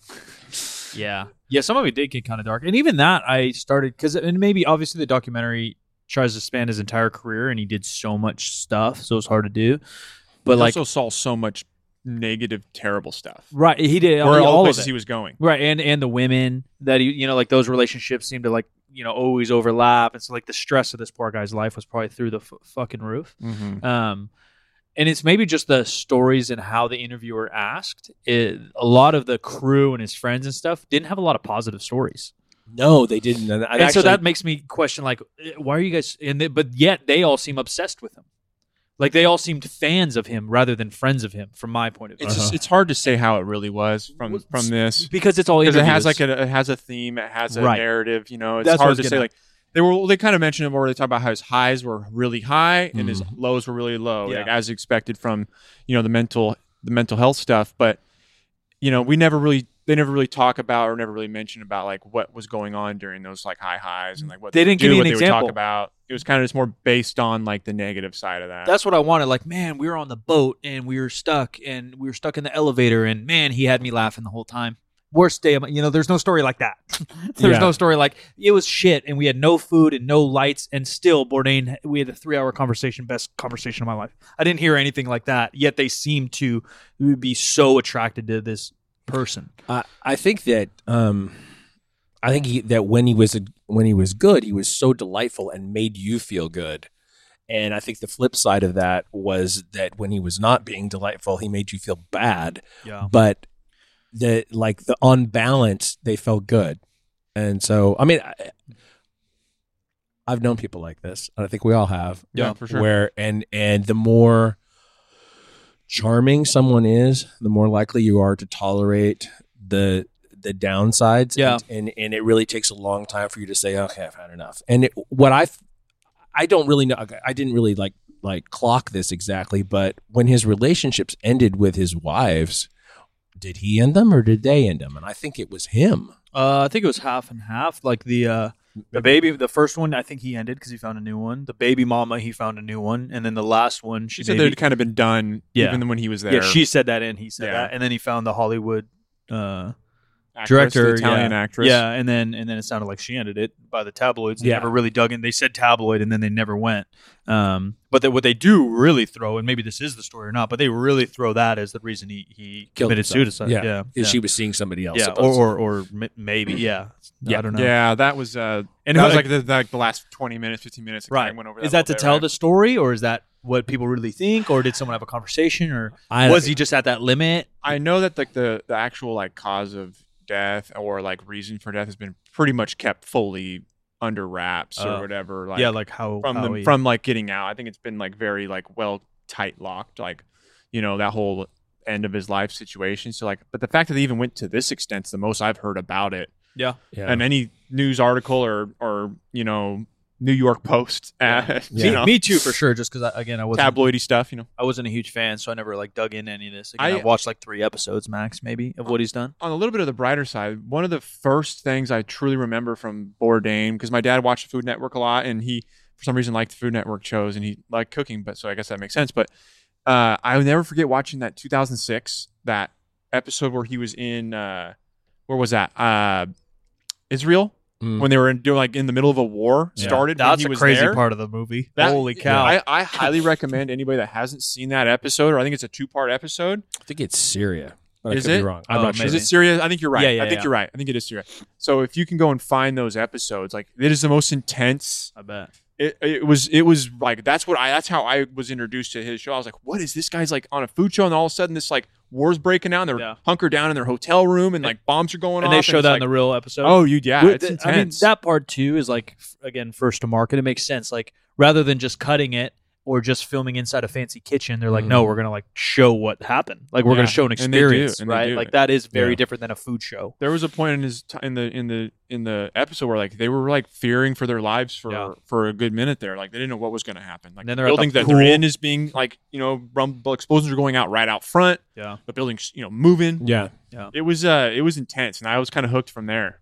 Speaker 3: yeah, yeah. Some of it did get kind of dark, and even that I started because, and maybe obviously the documentary tries to span his entire career, and he did so much stuff, so it's hard to do. But
Speaker 1: But
Speaker 3: like,
Speaker 1: also saw so much negative, terrible stuff.
Speaker 3: right, he did
Speaker 1: Where all,
Speaker 3: all
Speaker 1: the
Speaker 3: of
Speaker 1: places
Speaker 3: it.
Speaker 1: he was going.
Speaker 3: right and and the women that he, you know like those relationships seem to like you know always overlap and so like the stress of this poor guy's life was probably through the f- fucking roof
Speaker 1: Mm-hmm.
Speaker 3: um and it's maybe just the stories and how the interviewer asked it, a lot of the crew and his friends and stuff didn't have a lot of positive stories
Speaker 2: No, they didn't. And, I
Speaker 3: and
Speaker 2: actually-
Speaker 3: so that makes me question like eh, why are you guys and they, but yet they all seem obsessed with him like they all seemed fans of him rather than friends of him from my point of view
Speaker 1: It's just, it's hard to say how it really was from from this
Speaker 3: because it's all
Speaker 1: because it
Speaker 3: interviews.
Speaker 1: has like a, it has a theme, it has a
Speaker 3: Right.
Speaker 1: narrative. You know, it's
Speaker 3: That's what I
Speaker 1: hard
Speaker 3: was
Speaker 1: to
Speaker 3: getting
Speaker 1: say
Speaker 3: at.
Speaker 1: like. They were. They kind of mentioned him, where they talk about how his highs were really high and his
Speaker 2: Mhm.
Speaker 1: lows were really low,
Speaker 3: Mm-hmm. Yeah.
Speaker 1: like as expected from you know the mental the mental health stuff. But you know, we never really they never really talk about or never really mention about like what was going on during those like high highs and like what
Speaker 3: They didn't
Speaker 1: would do,
Speaker 3: give me
Speaker 1: what
Speaker 3: an
Speaker 1: they would
Speaker 3: example.
Speaker 1: talk about. It was kind of just more based on like the negative side of that.
Speaker 3: That's what I wanted. Like, man, we were on the boat and we were stuck and we were stuck in the elevator and man, he had me laughing the whole time. Worst day of my, you know, there's no story like that. there's
Speaker 2: Yeah.
Speaker 3: no story like it was shit and we had no food and no lights and still Bourdain, we had a three hour conversation, best conversation of my life. I didn't hear anything like that. Yet they seem to be so attracted to this person.
Speaker 2: I, I think that um, I think he, that when he was a, when he was good, he was so delightful and made you feel good. And I think the flip side of that was that when he was not being delightful, he made you feel bad.
Speaker 3: Yeah.
Speaker 2: But the like the on balance, they felt good. And so, I mean, I, I've known people like this, and I think we all have.
Speaker 1: Yeah, for sure.
Speaker 2: Where and and the more charming someone is, the more likely you are to tolerate the the downsides.
Speaker 3: Yeah.
Speaker 2: And, and and it really takes a long time for you to say, okay, I've had enough. And it, what I I don't really know. I didn't really like like clock this exactly, but when his relationships ended with his wives, did he end them or did they end them? And I think it was him.
Speaker 3: Uh, I think it was half and half. Like the uh, the baby, the first one, I think he ended because he found a new one. The baby mama, he found a new one, and then the last one,
Speaker 1: she
Speaker 3: she
Speaker 1: said
Speaker 3: maybe-
Speaker 1: they'd kind of been done
Speaker 3: Yeah.
Speaker 1: even when he was there.
Speaker 3: yeah, she said that, and he said
Speaker 1: Yeah.
Speaker 3: that, and then he found the Hollywood. Uh,
Speaker 1: actress, the
Speaker 3: Director,
Speaker 1: Italian actress.
Speaker 3: Yeah, and then and then it sounded like she ended it by the tabloids. They
Speaker 2: Yeah.
Speaker 3: never really dug in. They said tabloid, and then they never went. Um, but that what they do really throw, and maybe this is the story or not, but they really throw that as the reason he he
Speaker 2: Killed
Speaker 3: committed
Speaker 2: himself.
Speaker 3: suicide.
Speaker 2: Yeah.
Speaker 3: Yeah, yeah,
Speaker 2: Is she was seeing somebody else?
Speaker 3: yeah, or,
Speaker 2: supposedly.
Speaker 3: or or m- maybe yeah.
Speaker 2: Yeah.
Speaker 3: I don't know.
Speaker 1: Yeah, that was uh,
Speaker 3: And
Speaker 1: that
Speaker 3: who-
Speaker 1: was like the, like the last twenty minutes, fifteen minutes. it kinda
Speaker 3: right.
Speaker 1: Went over
Speaker 3: is that to
Speaker 1: little bit,
Speaker 3: tell
Speaker 1: right?
Speaker 3: the story, or is that what people really think, or did someone have a conversation, or
Speaker 2: I,
Speaker 3: was he just at that limit?
Speaker 1: I know that like the the actual like cause of death or like reason for death has been pretty much kept fully under wraps or
Speaker 3: Oh.
Speaker 1: whatever. Like,
Speaker 3: yeah, like how
Speaker 1: from
Speaker 3: how
Speaker 1: the,
Speaker 3: he-
Speaker 1: from like getting out. I think it's been like very like well tight locked, like you know that whole end of his life situation. So like, but the fact that they even went to this extent's the most I've heard about it,
Speaker 2: Yeah.
Speaker 1: and any news article or or you know New York Post, uh,
Speaker 2: Yeah.
Speaker 1: you know,
Speaker 3: me too for sure. Just because again I wasn't
Speaker 1: tabloidy stuff, you know.
Speaker 3: I wasn't a huge fan, so I never like dug in any of this.
Speaker 1: I-
Speaker 3: Again, I, have watched like three episodes max, maybe, of what he's done.
Speaker 1: on a little bit of the brighter side, one of the first things I truly remember from Bourdain, because my dad watched the Food Network a lot, and he for some reason liked the Food Network shows, and he liked cooking, but so I guess that makes sense. But uh, I'll never forget watching that 2006 that episode where he was in uh, where was that uh, Israel
Speaker 2: Mm.
Speaker 1: when they were in, doing like in the middle of a war started. when
Speaker 3: That's
Speaker 1: he
Speaker 3: a
Speaker 1: was
Speaker 3: crazy
Speaker 1: there.
Speaker 3: part of the movie.
Speaker 1: That-
Speaker 3: Holy cow!
Speaker 1: I, I highly recommend anybody that hasn't seen that episode, or I think it's a two part episode.
Speaker 2: I think it's Syria. But
Speaker 1: Is
Speaker 2: I could
Speaker 1: it?
Speaker 2: Be wrong. I'm
Speaker 3: Oh,
Speaker 2: not
Speaker 3: maybe.
Speaker 1: Is
Speaker 2: sure.
Speaker 1: it Syria? I think you're right.
Speaker 3: Yeah, yeah,
Speaker 1: I think
Speaker 3: yeah.
Speaker 1: you're right. I think it is Syria. So if you can go and find those episodes, like it is the most intense.
Speaker 3: I bet.
Speaker 1: It, it was it was like that's what I that's how I was introduced to his show. I was like, what is this guy's like on a food show? And all of a sudden, this like war's breaking out, and they're
Speaker 3: Yeah.
Speaker 1: hunkered down in their hotel room, and like bombs are going
Speaker 3: And
Speaker 1: off.
Speaker 3: they show
Speaker 1: it's
Speaker 3: that
Speaker 1: like,
Speaker 3: in the real episode.
Speaker 1: oh, you yeah,
Speaker 3: With-
Speaker 1: it's intense.
Speaker 3: I mean, that part too is like f- again first to market. It makes sense. Like rather than just cutting it or just filming inside a fancy kitchen, they're like,
Speaker 2: Mhm.
Speaker 3: no, we're gonna like show what happened. Like we're
Speaker 1: Mm. Yeah.
Speaker 3: gonna show an
Speaker 1: And they do,
Speaker 3: experience,
Speaker 1: and they
Speaker 3: right?
Speaker 1: do.
Speaker 3: Like that is very
Speaker 2: Yeah.
Speaker 3: different than a food show.
Speaker 1: there was a point in his t- in the in the in the episode where like they were like fearing for their lives for
Speaker 3: Yeah.
Speaker 1: for a good minute there like they didn't know what was going to happen like
Speaker 3: And then
Speaker 1: the
Speaker 3: they're at the
Speaker 1: buildings that
Speaker 3: pool.
Speaker 1: they're in is being like you know rumble explosions are going out right out front
Speaker 3: Yeah.
Speaker 1: the buildings you know moving
Speaker 2: Yeah.
Speaker 1: it was uh it was intense and i was kind of hooked from there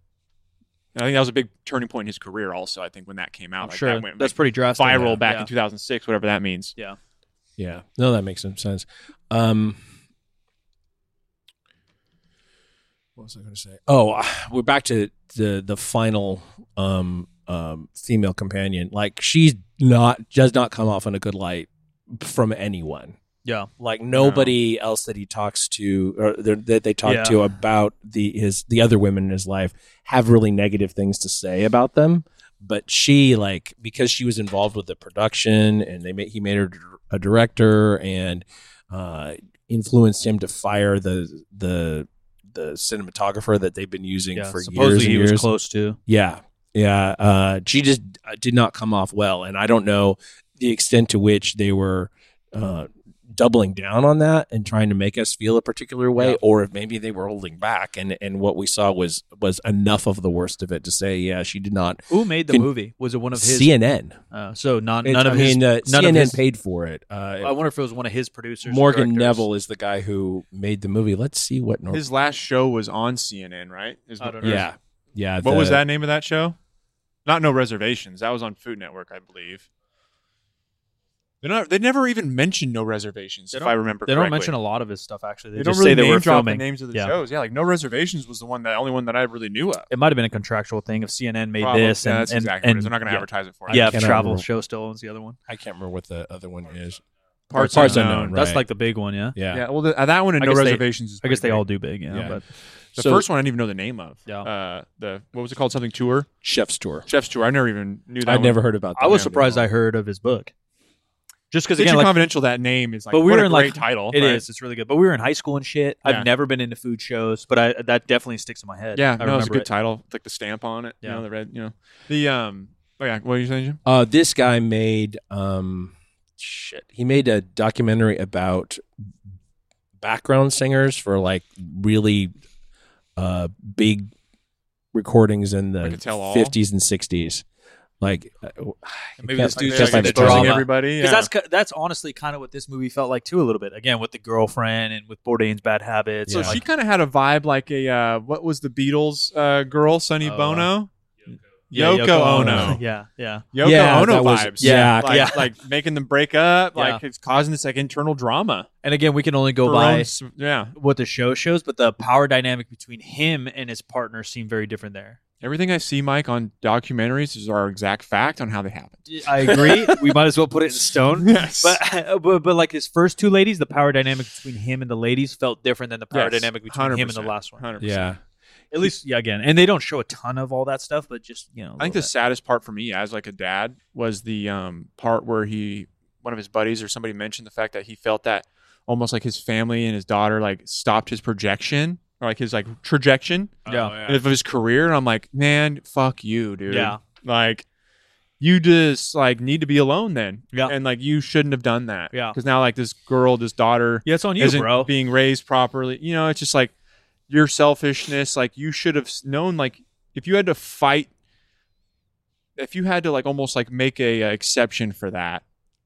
Speaker 1: and i think that was a big turning point in his career also i think when that came out
Speaker 3: I'm
Speaker 1: like
Speaker 3: sure
Speaker 1: that went
Speaker 3: that's
Speaker 1: like,
Speaker 3: pretty drastic.
Speaker 1: viral
Speaker 3: Yeah.
Speaker 1: back
Speaker 3: Yeah.
Speaker 1: in 2006 whatever that means
Speaker 2: Yeah. No, that makes some sense. Um, what was I going to say? Oh, we're back to the the final um, um, female companion. Like she's not does not come off in a good light from anyone.
Speaker 3: Yeah.
Speaker 2: Like nobody else that he talks to or th- that they talk
Speaker 3: Yeah.
Speaker 2: to about the his the other women in his life have really negative things to say about them but she like because she was involved with the production and they made he made her dir- a director and uh, influenced him to fire the the the cinematographer that they've been using
Speaker 3: Yeah,
Speaker 2: for
Speaker 3: supposedly
Speaker 2: years and
Speaker 3: he
Speaker 2: years.
Speaker 3: was close to.
Speaker 2: Yeah, yeah. Uh, she just uh, did not come off well, and I don't know the extent to which they were uh, doubling down on that and trying to make us feel a particular way,
Speaker 3: Yeah.
Speaker 2: or if maybe they were holding back, and and what we saw was was enough of the worst of it to say, yeah, she did not.
Speaker 3: Who made the
Speaker 2: Can-
Speaker 3: movie? Was it one of his?
Speaker 2: CNN.
Speaker 3: Uh, so not,
Speaker 2: It's-
Speaker 3: none of
Speaker 2: I
Speaker 3: his.
Speaker 2: mean, uh,
Speaker 3: none of
Speaker 2: CNN
Speaker 3: his-
Speaker 2: paid for it. Uh,
Speaker 3: I wonder if it was one of his producers. or
Speaker 2: Morgan
Speaker 3: directors.
Speaker 2: Neville is the guy who made the movie. Let's see what. Nor-
Speaker 1: his last show was on cnn right Is-
Speaker 3: Oh. I don't know.
Speaker 2: yeah, yeah.
Speaker 1: what
Speaker 2: the-
Speaker 1: was that name of that show not no reservations that was on food network i believe they not they never even mentioned no reservations
Speaker 3: They
Speaker 1: if
Speaker 3: don't-
Speaker 1: i remember
Speaker 3: They
Speaker 1: correctly.
Speaker 3: don't mention a lot of his stuff actually. They,
Speaker 1: they, don't
Speaker 3: just
Speaker 1: really
Speaker 3: say they
Speaker 1: name
Speaker 3: were
Speaker 1: drop
Speaker 3: filming.
Speaker 1: the names of the
Speaker 3: Yeah.
Speaker 1: shows. Yeah, like No Reservations was the one, the only one that I really knew of.
Speaker 3: It might have been a contractual thing if CNN made
Speaker 1: Probably.
Speaker 3: this
Speaker 1: yeah,
Speaker 3: and
Speaker 1: that's
Speaker 3: and,
Speaker 1: exactly what it
Speaker 3: and
Speaker 1: is. They're not going to
Speaker 3: yeah,
Speaker 1: advertise it for us.
Speaker 3: yeah,
Speaker 2: cannot
Speaker 3: Travel
Speaker 2: remember.
Speaker 3: Show still owns the other one.
Speaker 2: I can't remember what the other one is.
Speaker 1: Parts,
Speaker 2: Parts
Speaker 1: unknown.
Speaker 2: Unknown,
Speaker 3: That's
Speaker 2: right.
Speaker 3: like the big one, yeah.
Speaker 1: Yeah.
Speaker 2: Yeah.
Speaker 1: well, the, uh, that one and
Speaker 3: I
Speaker 1: No
Speaker 3: guess they-
Speaker 1: Reservations. is
Speaker 3: I guess
Speaker 1: pretty
Speaker 3: they all
Speaker 1: big.
Speaker 3: do big, yeah.
Speaker 2: Yeah.
Speaker 3: But
Speaker 1: The
Speaker 2: So-
Speaker 1: first one I didn't even know the name of.
Speaker 3: Yeah.
Speaker 1: Uh, the what was it called? Something tour,
Speaker 2: Chef's Tour.
Speaker 1: Chef's tour. I never even knew that.
Speaker 2: I
Speaker 1: one.
Speaker 2: never heard about. That
Speaker 3: I was
Speaker 1: Yeah.
Speaker 3: surprised I heard of his book. Just because
Speaker 1: Kitchen
Speaker 3: again, like
Speaker 1: Confidential. That name is like.
Speaker 3: But we
Speaker 1: what
Speaker 3: were
Speaker 1: a
Speaker 3: in, like-
Speaker 1: great title.
Speaker 3: it
Speaker 1: right?
Speaker 3: is, it's really good. But we were in high school and shit.
Speaker 1: Yeah.
Speaker 3: I've never been into food shows, but I that definitely sticks in my head.
Speaker 1: Yeah,
Speaker 3: I
Speaker 1: no, it's a
Speaker 3: remember
Speaker 1: good
Speaker 3: it.
Speaker 1: title. Like the stamp on it.
Speaker 3: Yeah.
Speaker 1: You know, the red. You know, the um. Oh yeah, what were you saying, Jim?
Speaker 2: Uh, this guy made um, shit. He made a documentary about background singers for like really uh big recordings in
Speaker 1: Like a
Speaker 2: the
Speaker 1: tell-all?
Speaker 2: fifties and sixties. Like uh,
Speaker 3: Maybe
Speaker 2: can't-
Speaker 3: this dude's
Speaker 2: I can't
Speaker 3: just
Speaker 2: find the
Speaker 3: exposing
Speaker 2: title.
Speaker 3: drama.
Speaker 1: everybody.
Speaker 3: Because
Speaker 1: yeah.
Speaker 3: that's ki- that's honestly kind of what this movie felt like too, a little bit. Again, with the girlfriend and with Bourdain's bad habits.
Speaker 1: So
Speaker 3: and,
Speaker 1: she
Speaker 3: like,
Speaker 1: kind of had a vibe like a uh, what was the Beatles uh, girl, Sonny
Speaker 3: Oh,
Speaker 1: Bono, Yoko.
Speaker 3: Yeah,
Speaker 1: Yoko Ono.
Speaker 3: yeah, yeah.
Speaker 1: Yoko
Speaker 2: Yeah,
Speaker 1: Ono
Speaker 2: that was-
Speaker 1: vibes.
Speaker 2: yeah.
Speaker 1: like,
Speaker 3: Yeah.
Speaker 1: like making them break up,
Speaker 3: Yeah.
Speaker 1: like it's causing this like internal drama.
Speaker 3: And again, we can only go
Speaker 1: For
Speaker 3: by
Speaker 1: own s- yeah,
Speaker 3: what the show shows, but the power dynamic between him and his partner seemed very different there.
Speaker 1: everything I see, Mike, on documentaries is our exact fact on how they happen.
Speaker 3: I agree. we might as well put it in stone.
Speaker 1: Yes,
Speaker 3: But, but but like his first two ladies, the power dynamic between him and the ladies felt different than the power
Speaker 1: Yes,
Speaker 3: dynamic between him and the
Speaker 1: 100%,
Speaker 3: last one.
Speaker 1: 100%.
Speaker 2: Yeah.
Speaker 3: At least, yeah, again, and they don't show a ton of all that stuff, but just you know, a
Speaker 1: I think the
Speaker 3: little
Speaker 1: saddest part for me as like a dad was the um, part where he one of his buddies or somebody mentioned the fact that he felt that almost like his family and his daughter like stopped his projection or like his like trajectory
Speaker 3: Oh, Yeah.
Speaker 1: of his career and I'm like, "Man, fuck you,
Speaker 3: bit.
Speaker 1: dude."
Speaker 3: yeah,
Speaker 1: Like you just like need to be alone then.
Speaker 3: Yeah.
Speaker 1: And like you shouldn't have done that.
Speaker 3: Yeah.
Speaker 1: Cuz now like this girl, this daughter
Speaker 3: yeah, it's on you,
Speaker 1: isn't
Speaker 3: bro.
Speaker 1: being raised properly. You know, it's just like your selfishness. Like you should have s- known. Like if you had to fight, if you had to like almost like make a, uh exception for that,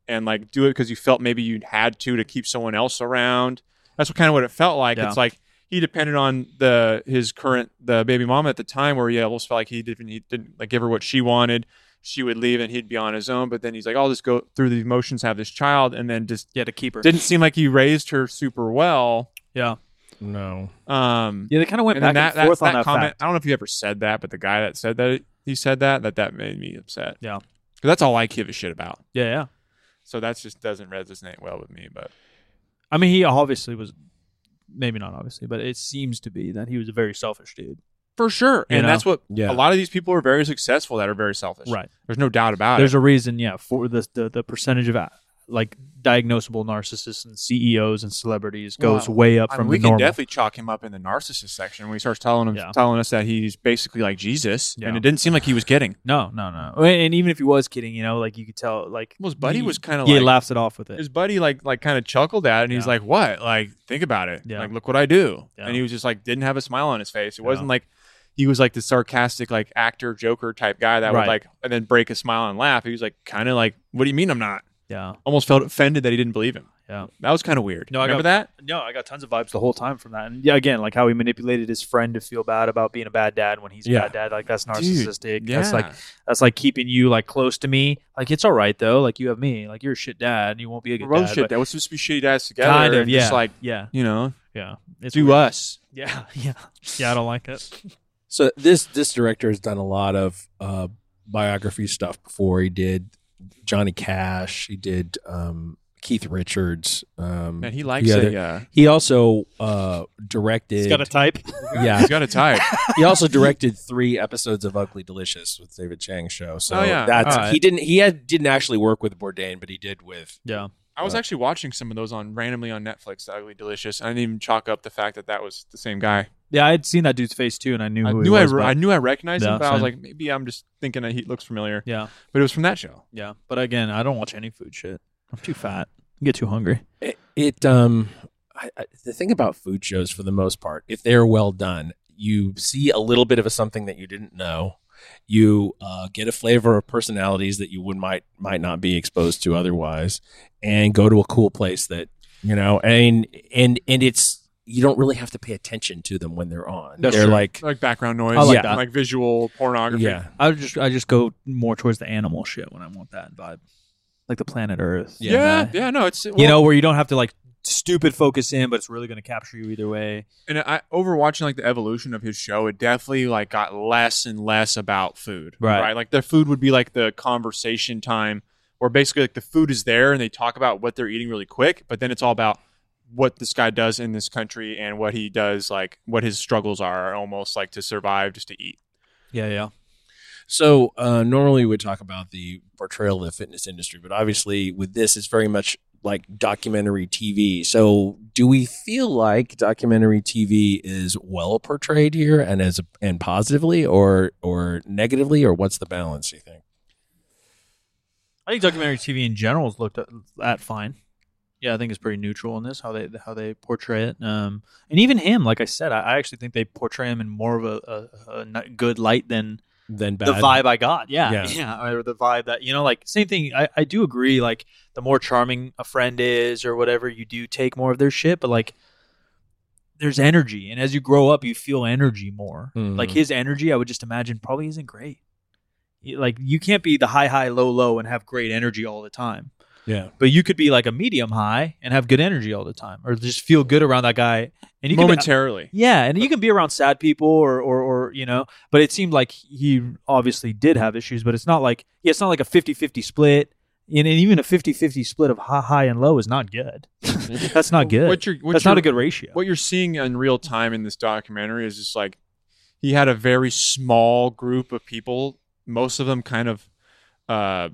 Speaker 1: and like do it because you felt maybe you had to to keep someone else around. That's what kind of what it felt like.
Speaker 3: Yeah.
Speaker 1: It's like he depended on the his current the baby mama at the time where he almost felt like he didn't he didn't like give her what she wanted. She would leave and he'd be on his own. But then he's like, I'll just go through the emotions, have this child, and then just
Speaker 3: yeah, to keep her.
Speaker 1: didn't seem like he raised her super well.
Speaker 3: yeah,
Speaker 2: No.
Speaker 1: Um,
Speaker 3: yeah, they kind of went
Speaker 1: and
Speaker 3: back
Speaker 1: then that,
Speaker 3: and
Speaker 1: that,
Speaker 3: forth on
Speaker 1: that
Speaker 3: that
Speaker 1: comment,
Speaker 3: fact.
Speaker 1: I don't know if you ever said that, but the guy that said that he said that that that made me upset.
Speaker 3: Yeah.
Speaker 1: 'Cause that's all I give a shit about.
Speaker 3: Yeah, yeah.
Speaker 1: So that's just doesn't resonate well with me. But
Speaker 3: I mean, he obviously was, maybe not obviously, but it seems to be that he was a very selfish dude.
Speaker 1: for sure,
Speaker 3: You
Speaker 1: and
Speaker 3: know?
Speaker 1: that's what
Speaker 2: Yeah.
Speaker 1: a lot of these people are very successful that are very selfish.
Speaker 3: Right.
Speaker 1: There's no doubt about
Speaker 3: There's
Speaker 1: it.
Speaker 3: a reason, yeah, for the the, the percentage of uh, like diagnosable narcissists and CEOs and celebrities goes
Speaker 1: Wow.
Speaker 3: way up
Speaker 1: I
Speaker 3: from
Speaker 1: mean, we
Speaker 3: the
Speaker 1: can
Speaker 3: normal.
Speaker 1: definitely chalk him up in the narcissist section when he starts telling him
Speaker 3: Yeah.
Speaker 1: telling us that he's basically like Jesus,
Speaker 3: Yeah.
Speaker 1: and it didn't seem like he was kidding.
Speaker 3: no, no, no. And even if he was kidding, you know, like you could tell, like
Speaker 1: Well, his buddy
Speaker 3: he-
Speaker 1: was kind of
Speaker 3: yeah,
Speaker 1: like
Speaker 3: he laughs it off with it.
Speaker 1: his buddy like like kind of chuckled at it and he's
Speaker 3: Yeah.
Speaker 1: like what like think about it
Speaker 3: Yeah.
Speaker 1: like look what i do
Speaker 3: Yeah.
Speaker 1: and he was just like didn't have a smile on his face it
Speaker 3: Yeah.
Speaker 1: wasn't like he was like the sarcastic like actor joker type guy that
Speaker 3: Right.
Speaker 1: would like and then break a smile and laugh he was like kind of like what do you mean i'm not
Speaker 3: Yeah,
Speaker 1: almost felt offended that he didn't believe him
Speaker 3: yeah.
Speaker 1: that was kind of weird
Speaker 3: No, I
Speaker 1: remember that
Speaker 3: No, I got tons of vibes the whole time from that. And yeah, again, like how he manipulated his friend to feel bad about being a bad dad when he's
Speaker 2: Yeah.
Speaker 3: a bad dad. Like that's
Speaker 1: Dude,
Speaker 3: narcissistic. That's like that's like keeping you like close to me. Like it's all right though. Like you have me. Like you're a shit dad. and You won't be a good
Speaker 1: Bro,
Speaker 3: dad.
Speaker 1: shit
Speaker 3: but
Speaker 1: that was supposed to be shitty dads together
Speaker 3: kind of.
Speaker 1: and
Speaker 3: Yeah.
Speaker 1: just like
Speaker 3: yeah.
Speaker 1: you know
Speaker 3: Yeah. It's
Speaker 1: do
Speaker 3: weird.
Speaker 1: us
Speaker 3: Yeah. Yeah. Yeah. I don't like it.
Speaker 2: So this this director has done a lot of uh, biography stuff before. He did Johnny Cash. He did um, Keith Richards. Um,
Speaker 1: man he likes
Speaker 2: Yeah,
Speaker 1: it
Speaker 2: they're-
Speaker 1: yeah
Speaker 2: he also uh, directed.
Speaker 3: He's got a type.
Speaker 2: yeah,
Speaker 1: he's got a type
Speaker 2: he also directed three episodes of Ugly Delicious with David Chang show. So
Speaker 1: Oh, yeah.
Speaker 2: that's
Speaker 1: All right.
Speaker 2: he didn't he had didn't actually work with Bourdain, but he did with
Speaker 3: Yeah.
Speaker 1: I was
Speaker 2: Uh,
Speaker 1: actually watching some of those on randomly on Netflix, The Ugly Delicious. I didn't even chalk up the fact that that was the same guy.
Speaker 3: Yeah. I had seen that dude's face too, and I knew
Speaker 1: I
Speaker 3: who
Speaker 1: knew
Speaker 3: he
Speaker 1: I,
Speaker 3: was.
Speaker 1: re-
Speaker 3: but-
Speaker 1: I knew I recognized
Speaker 3: Yeah,
Speaker 1: him, but I was
Speaker 3: same.
Speaker 1: like, maybe I'm just thinking that he looks familiar.
Speaker 3: yeah.
Speaker 1: But it was from that show.
Speaker 3: Yeah. But again, I don't watch any food shit. I'm too fat. I get too hungry.
Speaker 2: It, it um, I, I, the thing about food shows for the most part, if they're well done, you see a little bit of a something that you didn't know. You uh, get a flavor of personalities that you would might might not be exposed to otherwise, and go to a cool place that you know, and and and it's you don't really have to pay attention to them when they're on.
Speaker 3: That's
Speaker 2: they're
Speaker 3: true.
Speaker 2: like
Speaker 1: Like background noise,
Speaker 3: I like
Speaker 1: yeah.
Speaker 3: that.
Speaker 1: like visual pornography.
Speaker 2: yeah,
Speaker 3: I just I just go more towards the animal shit when I want that vibe, like the planet Earth.
Speaker 1: Yeah, yeah, no, it's
Speaker 3: you
Speaker 1: well,
Speaker 3: know where you don't have to like stupid focus in, but it's really going to capture you either way.
Speaker 1: and I over watching like the evolution of his show, it definitely like got less and less about food.
Speaker 3: Right.
Speaker 1: Like the food would be like the conversation time where basically like the food is there and they talk about what they're eating really quick, but then it's all about what this guy does in this country and what he does, like what his struggles are almost like to survive just to eat.
Speaker 3: Yeah, yeah,
Speaker 2: So uh, normally we talk about the portrayal of the fitness industry, but obviously with this, it's very much like documentary TV. So do we feel like documentary TV is well portrayed here and as and positively or or negatively or what's the balance? Do you think?
Speaker 3: I think documentary TV in general is looked at, at fine. Yeah, I think it's pretty neutral in this how they how they portray it. Um, and even him, like I said, I, I actually think they portray him in more of a, a, a not good light than
Speaker 2: Then bad.
Speaker 3: the vibe I got. Yeah,
Speaker 2: Yeah.
Speaker 3: yeah, or the vibe that you know, like same thing. I, I do agree. Like the more charming a friend is, or whatever, you do take more of their shit. But like, there's energy, and as you grow up, you feel energy more.
Speaker 2: Mhm.
Speaker 3: Like his energy, I would just imagine probably isn't great. like you can't be the high high low low and have great energy all the time.
Speaker 2: Yeah.
Speaker 3: But you could be like a medium high and have good energy all the time, or just feel good around that guy. And you can uh,
Speaker 1: momentarily.
Speaker 3: yeah, and you can be around sad people or, or or you know, but it seemed like he obviously did have issues, but it's not like yeah, it's not like a 50-50 split. And, and even a 50-50 split of high, high and low is not good. That's not good.
Speaker 1: What you're, what
Speaker 3: That's
Speaker 1: you're,
Speaker 3: not a good ratio.
Speaker 1: What you're seeing in real time in this documentary is just like he had a very small group of people. Most of them kind of, uh,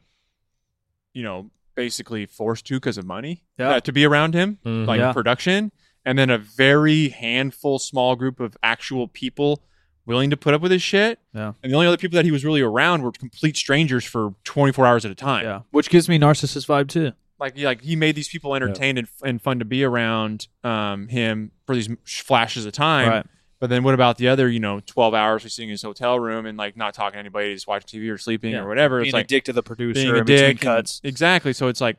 Speaker 1: you know, basically forced to because of money
Speaker 3: Yeah.
Speaker 1: uh, to be around him,
Speaker 2: Mhm.
Speaker 1: like
Speaker 3: Mm-hmm. Yeah.
Speaker 1: production, and then a very handful, small group of actual people willing to put up with his shit.
Speaker 3: Yeah.
Speaker 1: And the only other people that he was really around were complete strangers for 24 hours at a time
Speaker 3: yeah, which gives me narcissist vibe too.
Speaker 1: like like he made these people entertained and, and fun to be around um, him for these sh- flashes of time.
Speaker 3: Right.
Speaker 1: But then what about the other you know twelve hours he's sitting in his hotel room and like not talking to anybody, just watching TV or sleeping
Speaker 3: Yeah.
Speaker 1: or whatever?
Speaker 3: Being
Speaker 1: it's
Speaker 3: a
Speaker 1: like
Speaker 3: dick to the producer
Speaker 1: being a
Speaker 3: in between
Speaker 1: dick. and-
Speaker 3: cuts.
Speaker 1: exactly. So it's like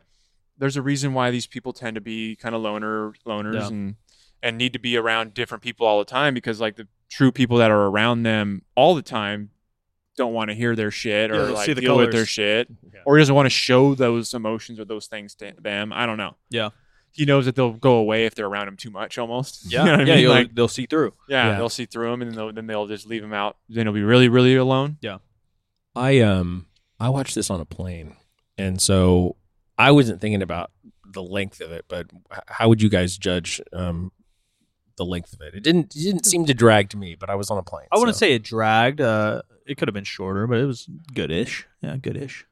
Speaker 1: there's a reason why these people tend to be kind of loner loners
Speaker 3: Yeah.
Speaker 1: and and need to be around different people all the time because like the true people that are around them all the time don't want to hear their shit
Speaker 3: Yeah,
Speaker 1: or
Speaker 3: they'll
Speaker 1: like
Speaker 3: see the
Speaker 1: deal with their
Speaker 3: colors.
Speaker 1: shit
Speaker 2: Yeah.
Speaker 1: or he doesn't want to show those emotions or those things to them. I don't know.
Speaker 3: Yeah.
Speaker 1: He knows that they'll go away if they're around him too much almost. You
Speaker 3: Yeah,
Speaker 1: know what I
Speaker 3: yeah,
Speaker 1: mean?
Speaker 3: you'll-
Speaker 1: Like,
Speaker 3: they'll see through.
Speaker 1: yeah,
Speaker 2: Yeah.
Speaker 1: they'll see through him and they'll, then they'll just leave him out. Then he'll be really, really alone.
Speaker 2: I um I watched this on a plane, and so I wasn't thinking about the length of it. But h- how would you guys judge um the length of it? It didn't it didn't seem to drag to me, but I was on a plane.
Speaker 3: I wouldn't
Speaker 2: so-
Speaker 3: say it dragged. Uh, it could have been shorter, but it was goodish. Yeah, goodish.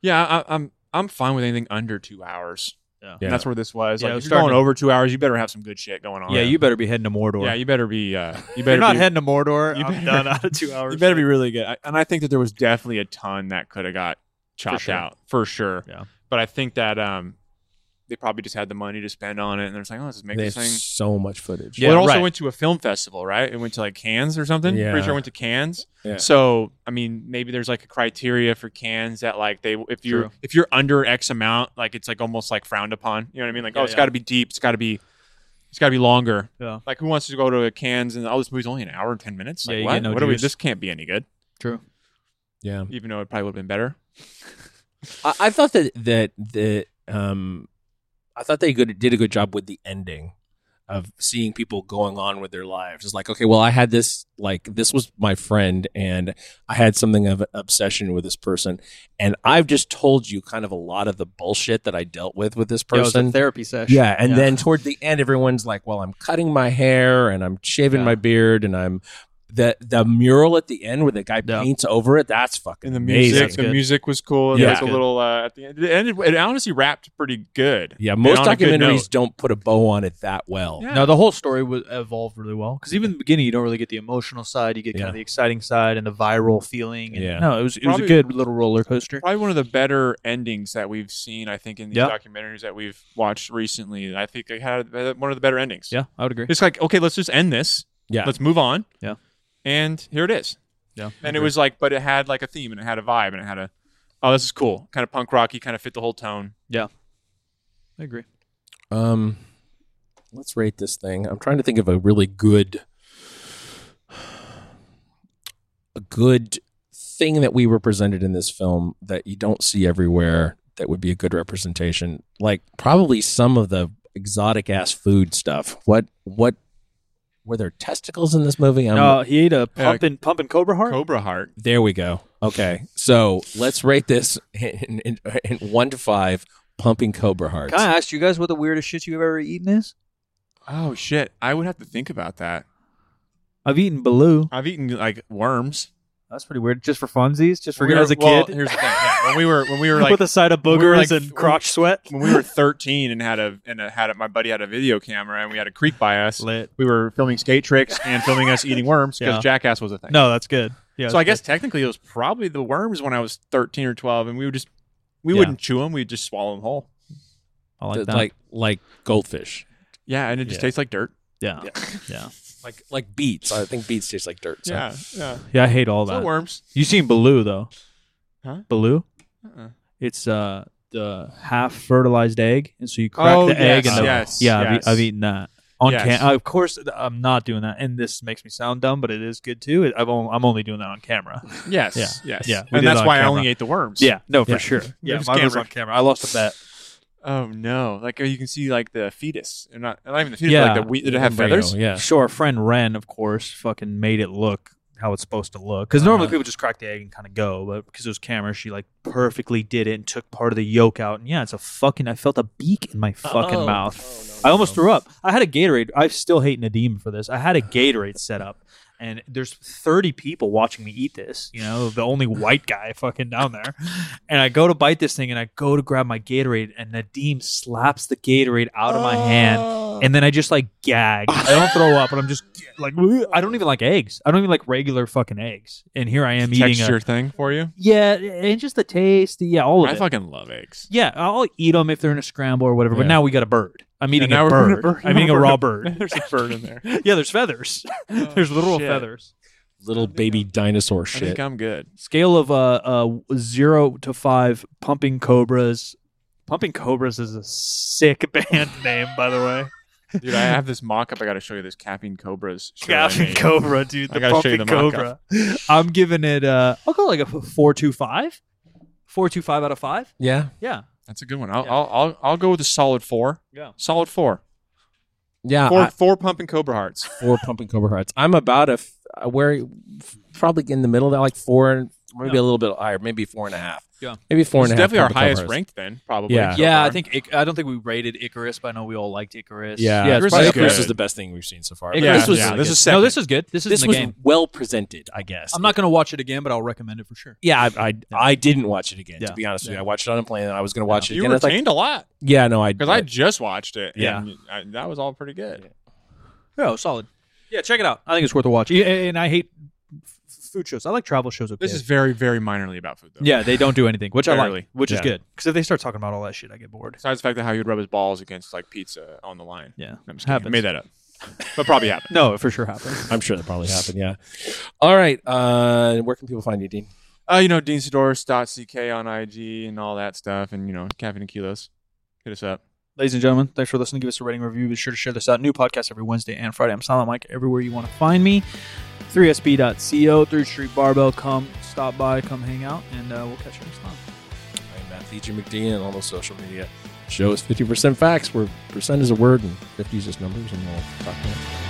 Speaker 1: Yeah, I, I'm I'm fine with anything under two hours.
Speaker 3: Yeah.
Speaker 1: And that's where this was.
Speaker 3: Yeah,
Speaker 1: like, if
Speaker 3: it was
Speaker 1: you're going
Speaker 3: starting to-
Speaker 1: over two hours, you better have some good shit going on.
Speaker 3: Yeah, you better be heading to Mordor.
Speaker 1: yeah, you better be. Uh, you
Speaker 3: You're
Speaker 1: better
Speaker 3: not
Speaker 1: be,
Speaker 3: heading to Mordor.
Speaker 1: you
Speaker 3: I'm
Speaker 1: better-
Speaker 3: done out of two hours.
Speaker 1: You better be really good. I, and I think that there was definitely a ton that could have got chopped
Speaker 3: sure.
Speaker 1: out for sure.
Speaker 3: Yeah.
Speaker 1: But I think that um, they probably just had the money to spend on it, and they're just like, oh, let's just make
Speaker 2: they
Speaker 1: this
Speaker 2: have
Speaker 1: thing.
Speaker 2: so much footage.
Speaker 3: Yeah.
Speaker 1: well, it also
Speaker 3: right.
Speaker 1: went to a film festival, right? It went to like Cannes or something.
Speaker 2: Yeah.
Speaker 1: Pretty sure it went to Cannes.
Speaker 2: Yeah.
Speaker 1: So, I mean, maybe there's like a criteria for Cannes that like they if you're
Speaker 3: True.
Speaker 1: if you're under X amount, like it's like almost like frowned upon. You know what I mean? Like,
Speaker 3: Yeah,
Speaker 1: oh, it's
Speaker 3: yeah.
Speaker 1: got to be deep. It's got to be. It's got to be longer.
Speaker 3: Yeah.
Speaker 1: Like, who wants to go to a Cannes and all this movie's only an hour and ten minutes?
Speaker 3: Yeah,
Speaker 1: Like,
Speaker 3: you
Speaker 1: what?
Speaker 3: get no
Speaker 1: what are we?
Speaker 3: juice.
Speaker 1: This can't be any good.
Speaker 3: True.
Speaker 2: yeah.
Speaker 1: Even though it probably would have been better.
Speaker 2: I, I thought that that that um, I thought they good, did a good job with the ending of seeing people going on with their lives. It's like, okay, well, I had this like this was my friend, and I had something of an obsession with this person, and I've just told you kind of a lot of the bullshit that I dealt with with this person.
Speaker 3: therapy session.
Speaker 2: Yeah, and then toward the end, everyone's like, "Well, I'm cutting my hair and I'm shaving
Speaker 3: Yeah.
Speaker 2: my beard and I'm." The, the mural at the end where the guy
Speaker 3: Yeah.
Speaker 2: paints over it that's fucking
Speaker 1: And the
Speaker 2: amazing.
Speaker 1: music,
Speaker 3: That's
Speaker 1: the
Speaker 3: good.
Speaker 1: music was cool.
Speaker 2: Yeah.
Speaker 1: There was a little uh, at the end. It, ended, it honestly wrapped pretty good.
Speaker 2: Yeah,
Speaker 1: And
Speaker 2: most
Speaker 1: on a good
Speaker 2: documentaries
Speaker 1: note.
Speaker 2: don't put a bow on it that well.
Speaker 1: Yeah.
Speaker 3: Now the whole story was evolved really well because even in the beginning you don't really get the emotional side, you get kind
Speaker 2: Yeah.
Speaker 3: of the exciting side and the viral feeling. and-
Speaker 2: Yeah.
Speaker 3: No, it was it
Speaker 1: Probably-
Speaker 3: was a good little roller coaster.
Speaker 1: Probably one of the better endings that we've seen. I think in these
Speaker 3: Yeah.
Speaker 1: documentaries that we've watched recently, I think it had uh, one of the better endings.
Speaker 3: Yeah, I would agree.
Speaker 1: it's like okay, let's just end this.
Speaker 2: Yeah.
Speaker 1: let's move on.
Speaker 3: Yeah.
Speaker 1: and here it is.
Speaker 3: Yeah,
Speaker 1: And it was like, but it had like a theme and it had a vibe and it had a, oh, this is cool, kind of punk rocky, kind of fit the whole tone.
Speaker 3: I agree.
Speaker 2: Um, let's rate this thing. I'm trying to think of a really good, a good thing that we were presented in this film that you don't see everywhere. That would be a good representation. Like probably some of the exotic ass food stuff. What what were there testicles in this movie? I'm,
Speaker 3: No, he ate a pumping pumping cobra heart.
Speaker 1: Cobra Heart.
Speaker 2: There we go. Okay, so let's rate this in, in, in one to five. Pumping Cobra Hearts.
Speaker 3: Can I ask you guys what the weirdest shit you've ever eaten is?
Speaker 1: Oh shit, I would have to think about that.
Speaker 3: I've eaten Baloo.
Speaker 1: I've eaten like worms.
Speaker 3: That's pretty weird. Just for funsies, just for
Speaker 1: When we
Speaker 3: as
Speaker 1: were-
Speaker 3: a
Speaker 1: well,
Speaker 3: kid,
Speaker 1: here's the thing. Yeah, when we were when we were like
Speaker 3: with a side of
Speaker 1: we
Speaker 3: boogers
Speaker 1: were like-
Speaker 3: and crotch sweat.
Speaker 1: when we were 13 and had a and a, had a, my buddy had a video camera and we had a creek by us.
Speaker 3: Lit.
Speaker 1: We were filming skate tricks and filming us eating worms because
Speaker 3: Yeah.
Speaker 1: Jackass was a thing.
Speaker 3: No, that's good. Yeah.
Speaker 1: so I guess
Speaker 3: that's
Speaker 1: technically it was probably the worms when I was 13 or 12, and we would just we
Speaker 3: Yeah.
Speaker 1: wouldn't chew them; we'd just swallow them whole.
Speaker 3: good. I like
Speaker 2: Th-
Speaker 3: that.
Speaker 2: like like goldfish,
Speaker 1: Yeah, and it just
Speaker 3: Yeah.
Speaker 1: tastes like dirt.
Speaker 3: yeah. yeah,
Speaker 2: yeah.
Speaker 3: yeah,
Speaker 2: like like beets. I think beets taste like dirt. So.
Speaker 1: yeah.
Speaker 3: I hate all
Speaker 1: So
Speaker 3: that.
Speaker 1: worms.
Speaker 3: You seen Baloo though?
Speaker 1: Huh?
Speaker 3: Baloo.
Speaker 1: Uh-uh.
Speaker 3: It's uh the half fertilized egg, and so you crack
Speaker 1: Oh,
Speaker 3: the egg
Speaker 1: yes,
Speaker 3: and the,
Speaker 1: yes,
Speaker 3: yeah. I've,
Speaker 1: yes.
Speaker 3: I've eaten that. on
Speaker 1: Yes.
Speaker 3: camera. Of course, I'm not doing that, and this makes me sound dumb, but it is good too. It, I've on- I'm only doing that on camera.
Speaker 1: Yes.
Speaker 3: Yeah.
Speaker 1: Yes.
Speaker 3: Yeah, we
Speaker 1: And
Speaker 3: did
Speaker 1: that's
Speaker 3: on
Speaker 1: why I
Speaker 3: camera.
Speaker 1: only ate the worms.
Speaker 3: Yeah, no, for
Speaker 2: Yeah.
Speaker 3: sure. Yeah,
Speaker 1: was
Speaker 3: mine was
Speaker 1: camera.
Speaker 3: on camera. I lost a bet.
Speaker 1: Oh no! Like you can see, like the fetus, or not, not even the fetus, but
Speaker 3: Yeah.
Speaker 1: like the we Did it have
Speaker 2: Embryo,
Speaker 1: feathers?
Speaker 2: Yeah.
Speaker 3: Sure, our friend Ren, of course, fucking made it look how it's supposed to look. Because normally
Speaker 2: Uh-huh.
Speaker 3: people just crack the egg and kind of go, but because it was camera, she like perfectly did it and took part of the yolk out. And yeah, it's a fucking. I felt a beak in my fucking
Speaker 2: Oh.
Speaker 3: mouth.
Speaker 2: Oh, no,
Speaker 3: I almost
Speaker 2: no.
Speaker 3: threw up. I had a Gatorade. I still hate Nadim for this. I had a Gatorade set up, and there's 30 people watching me eat this. You know, the only white guy fucking down there. And I go to bite this thing, and I go to grab my Gatorade, and Nadim slaps the Gatorade out of my hand, and then I just like gag. I don't throw up, but I'm just like, "Ugh." I don't even like eggs. I don't even like regular fucking eggs. And here I am eating
Speaker 1: Texture
Speaker 3: a
Speaker 1: thing for you.
Speaker 3: yeah, and just the taste. Yeah, all of
Speaker 1: I
Speaker 3: it.
Speaker 1: fucking love eggs.
Speaker 3: Yeah, I'll eat them if they're in a scramble or whatever. But
Speaker 2: Yeah.
Speaker 3: now we got a bird. I'm eating
Speaker 1: Yeah, now we're
Speaker 3: a, bird.
Speaker 1: putting a bird-
Speaker 3: I'm eating a
Speaker 1: we're
Speaker 3: raw
Speaker 1: putting-
Speaker 3: bird.
Speaker 1: There's a bird in there.
Speaker 3: Yeah, there's feathers. there's literal
Speaker 1: Oh, shit.
Speaker 3: feathers.
Speaker 2: Little baby dinosaur
Speaker 1: I
Speaker 2: shit.
Speaker 1: think I'm good.
Speaker 3: Scale of uh, uh zero to five. Pumping cobras. Pumping cobras is a sick band name, by the way.
Speaker 1: Dude, I have this mock up. I got to show you this capping cobras. shirt I
Speaker 3: Captain
Speaker 1: made.
Speaker 3: Cobra, dude.
Speaker 1: I
Speaker 3: The
Speaker 1: gotta show you
Speaker 3: pumping
Speaker 1: the
Speaker 3: Cobra.
Speaker 1: mock-up.
Speaker 3: I'm giving it. Uh, I'll go like a four two five. Four two five out of five.
Speaker 2: yeah.
Speaker 3: Yeah.
Speaker 1: That's a good one. I'll,
Speaker 3: Yeah.
Speaker 1: I'll, I'll, I'll go with a solid four.
Speaker 3: Yeah.
Speaker 1: Solid four.
Speaker 2: Yeah.
Speaker 1: Four,
Speaker 2: Uh, I-
Speaker 1: four pumping cobra hearts.
Speaker 2: four pumping cobra hearts. I'm about a f- uh, where f- probably in the middle of that, like four and maybe
Speaker 3: Yeah.
Speaker 2: a little bit higher, maybe four and a half.
Speaker 3: Yeah.
Speaker 2: maybe four
Speaker 1: It's
Speaker 2: and a half.
Speaker 1: definitely our
Speaker 2: Pumping Cobra
Speaker 1: highest
Speaker 2: Hearts.
Speaker 1: ranked then, probably.
Speaker 2: Yeah.
Speaker 1: so
Speaker 3: Yeah, I
Speaker 1: far.
Speaker 3: think Ic- I don't think we rated Icarus, but I know we all liked Icarus.
Speaker 2: Yeah,
Speaker 1: Yeah, Icarus
Speaker 2: Icarus,
Speaker 1: is
Speaker 2: Icarus
Speaker 1: good.
Speaker 2: is the best thing we've seen so far.
Speaker 1: Yeah,
Speaker 3: Icarus was
Speaker 1: yeah,
Speaker 3: really
Speaker 1: this
Speaker 3: good.
Speaker 1: is
Speaker 3: no,
Speaker 1: second.
Speaker 3: this is good. This is
Speaker 2: this
Speaker 3: in the
Speaker 2: was
Speaker 3: game.
Speaker 2: well presented, I guess.
Speaker 3: I'm not going to watch it again, but I'll recommend it for sure.
Speaker 2: Yeah, I I, I didn't watch it again.
Speaker 3: Yeah.
Speaker 2: To be honest with
Speaker 3: Yeah.
Speaker 2: you, I watched it on a plane, and I was going to watch it
Speaker 1: you
Speaker 2: again. It's like,
Speaker 1: retained a lot
Speaker 2: yeah, no, I
Speaker 1: because I just watched it.
Speaker 3: Yeah.
Speaker 1: and I, that was all pretty good.
Speaker 3: Yeah, Oh, solid. Yeah, check it out. I think it's worth a watch. Yeah, And I hate f- food shows. I like travel shows. Okay.
Speaker 1: This is very, very minorly about food, though.
Speaker 3: yeah, they don't do anything, which I
Speaker 1: Barely.
Speaker 3: like, which is
Speaker 2: Yeah.
Speaker 3: good. Because if they start talking about all that shit, I get bored.
Speaker 1: Besides the fact that how you'd rub his balls against like pizza on the line.
Speaker 3: Yeah,
Speaker 1: I'm just kidding. I
Speaker 3: Happens.
Speaker 1: made that up, but probably happened.
Speaker 3: No, it for sure happens.
Speaker 2: I'm sure that probably happened. Yeah. All right. Uh, where can people find you, Dean?
Speaker 1: Uh, you know, deansidoris.ck on IG and all that stuff, and you know, caffeine and kilos. Hit us up.
Speaker 3: Ladies and gentlemen, thanks for listening. Give us a rating review. Be sure to share this out. New podcast every Wednesday and Friday. I'm Silent Mike everywhere you want to find me. 3sb.co, 3rd Street Barbell. Come stop by, come hang out, and uh, we'll catch you next time.
Speaker 2: I'm at Feature McDean on all those social media. Show is 50% facts, where percent is a word and 50 is just numbers, and we'll talk about it.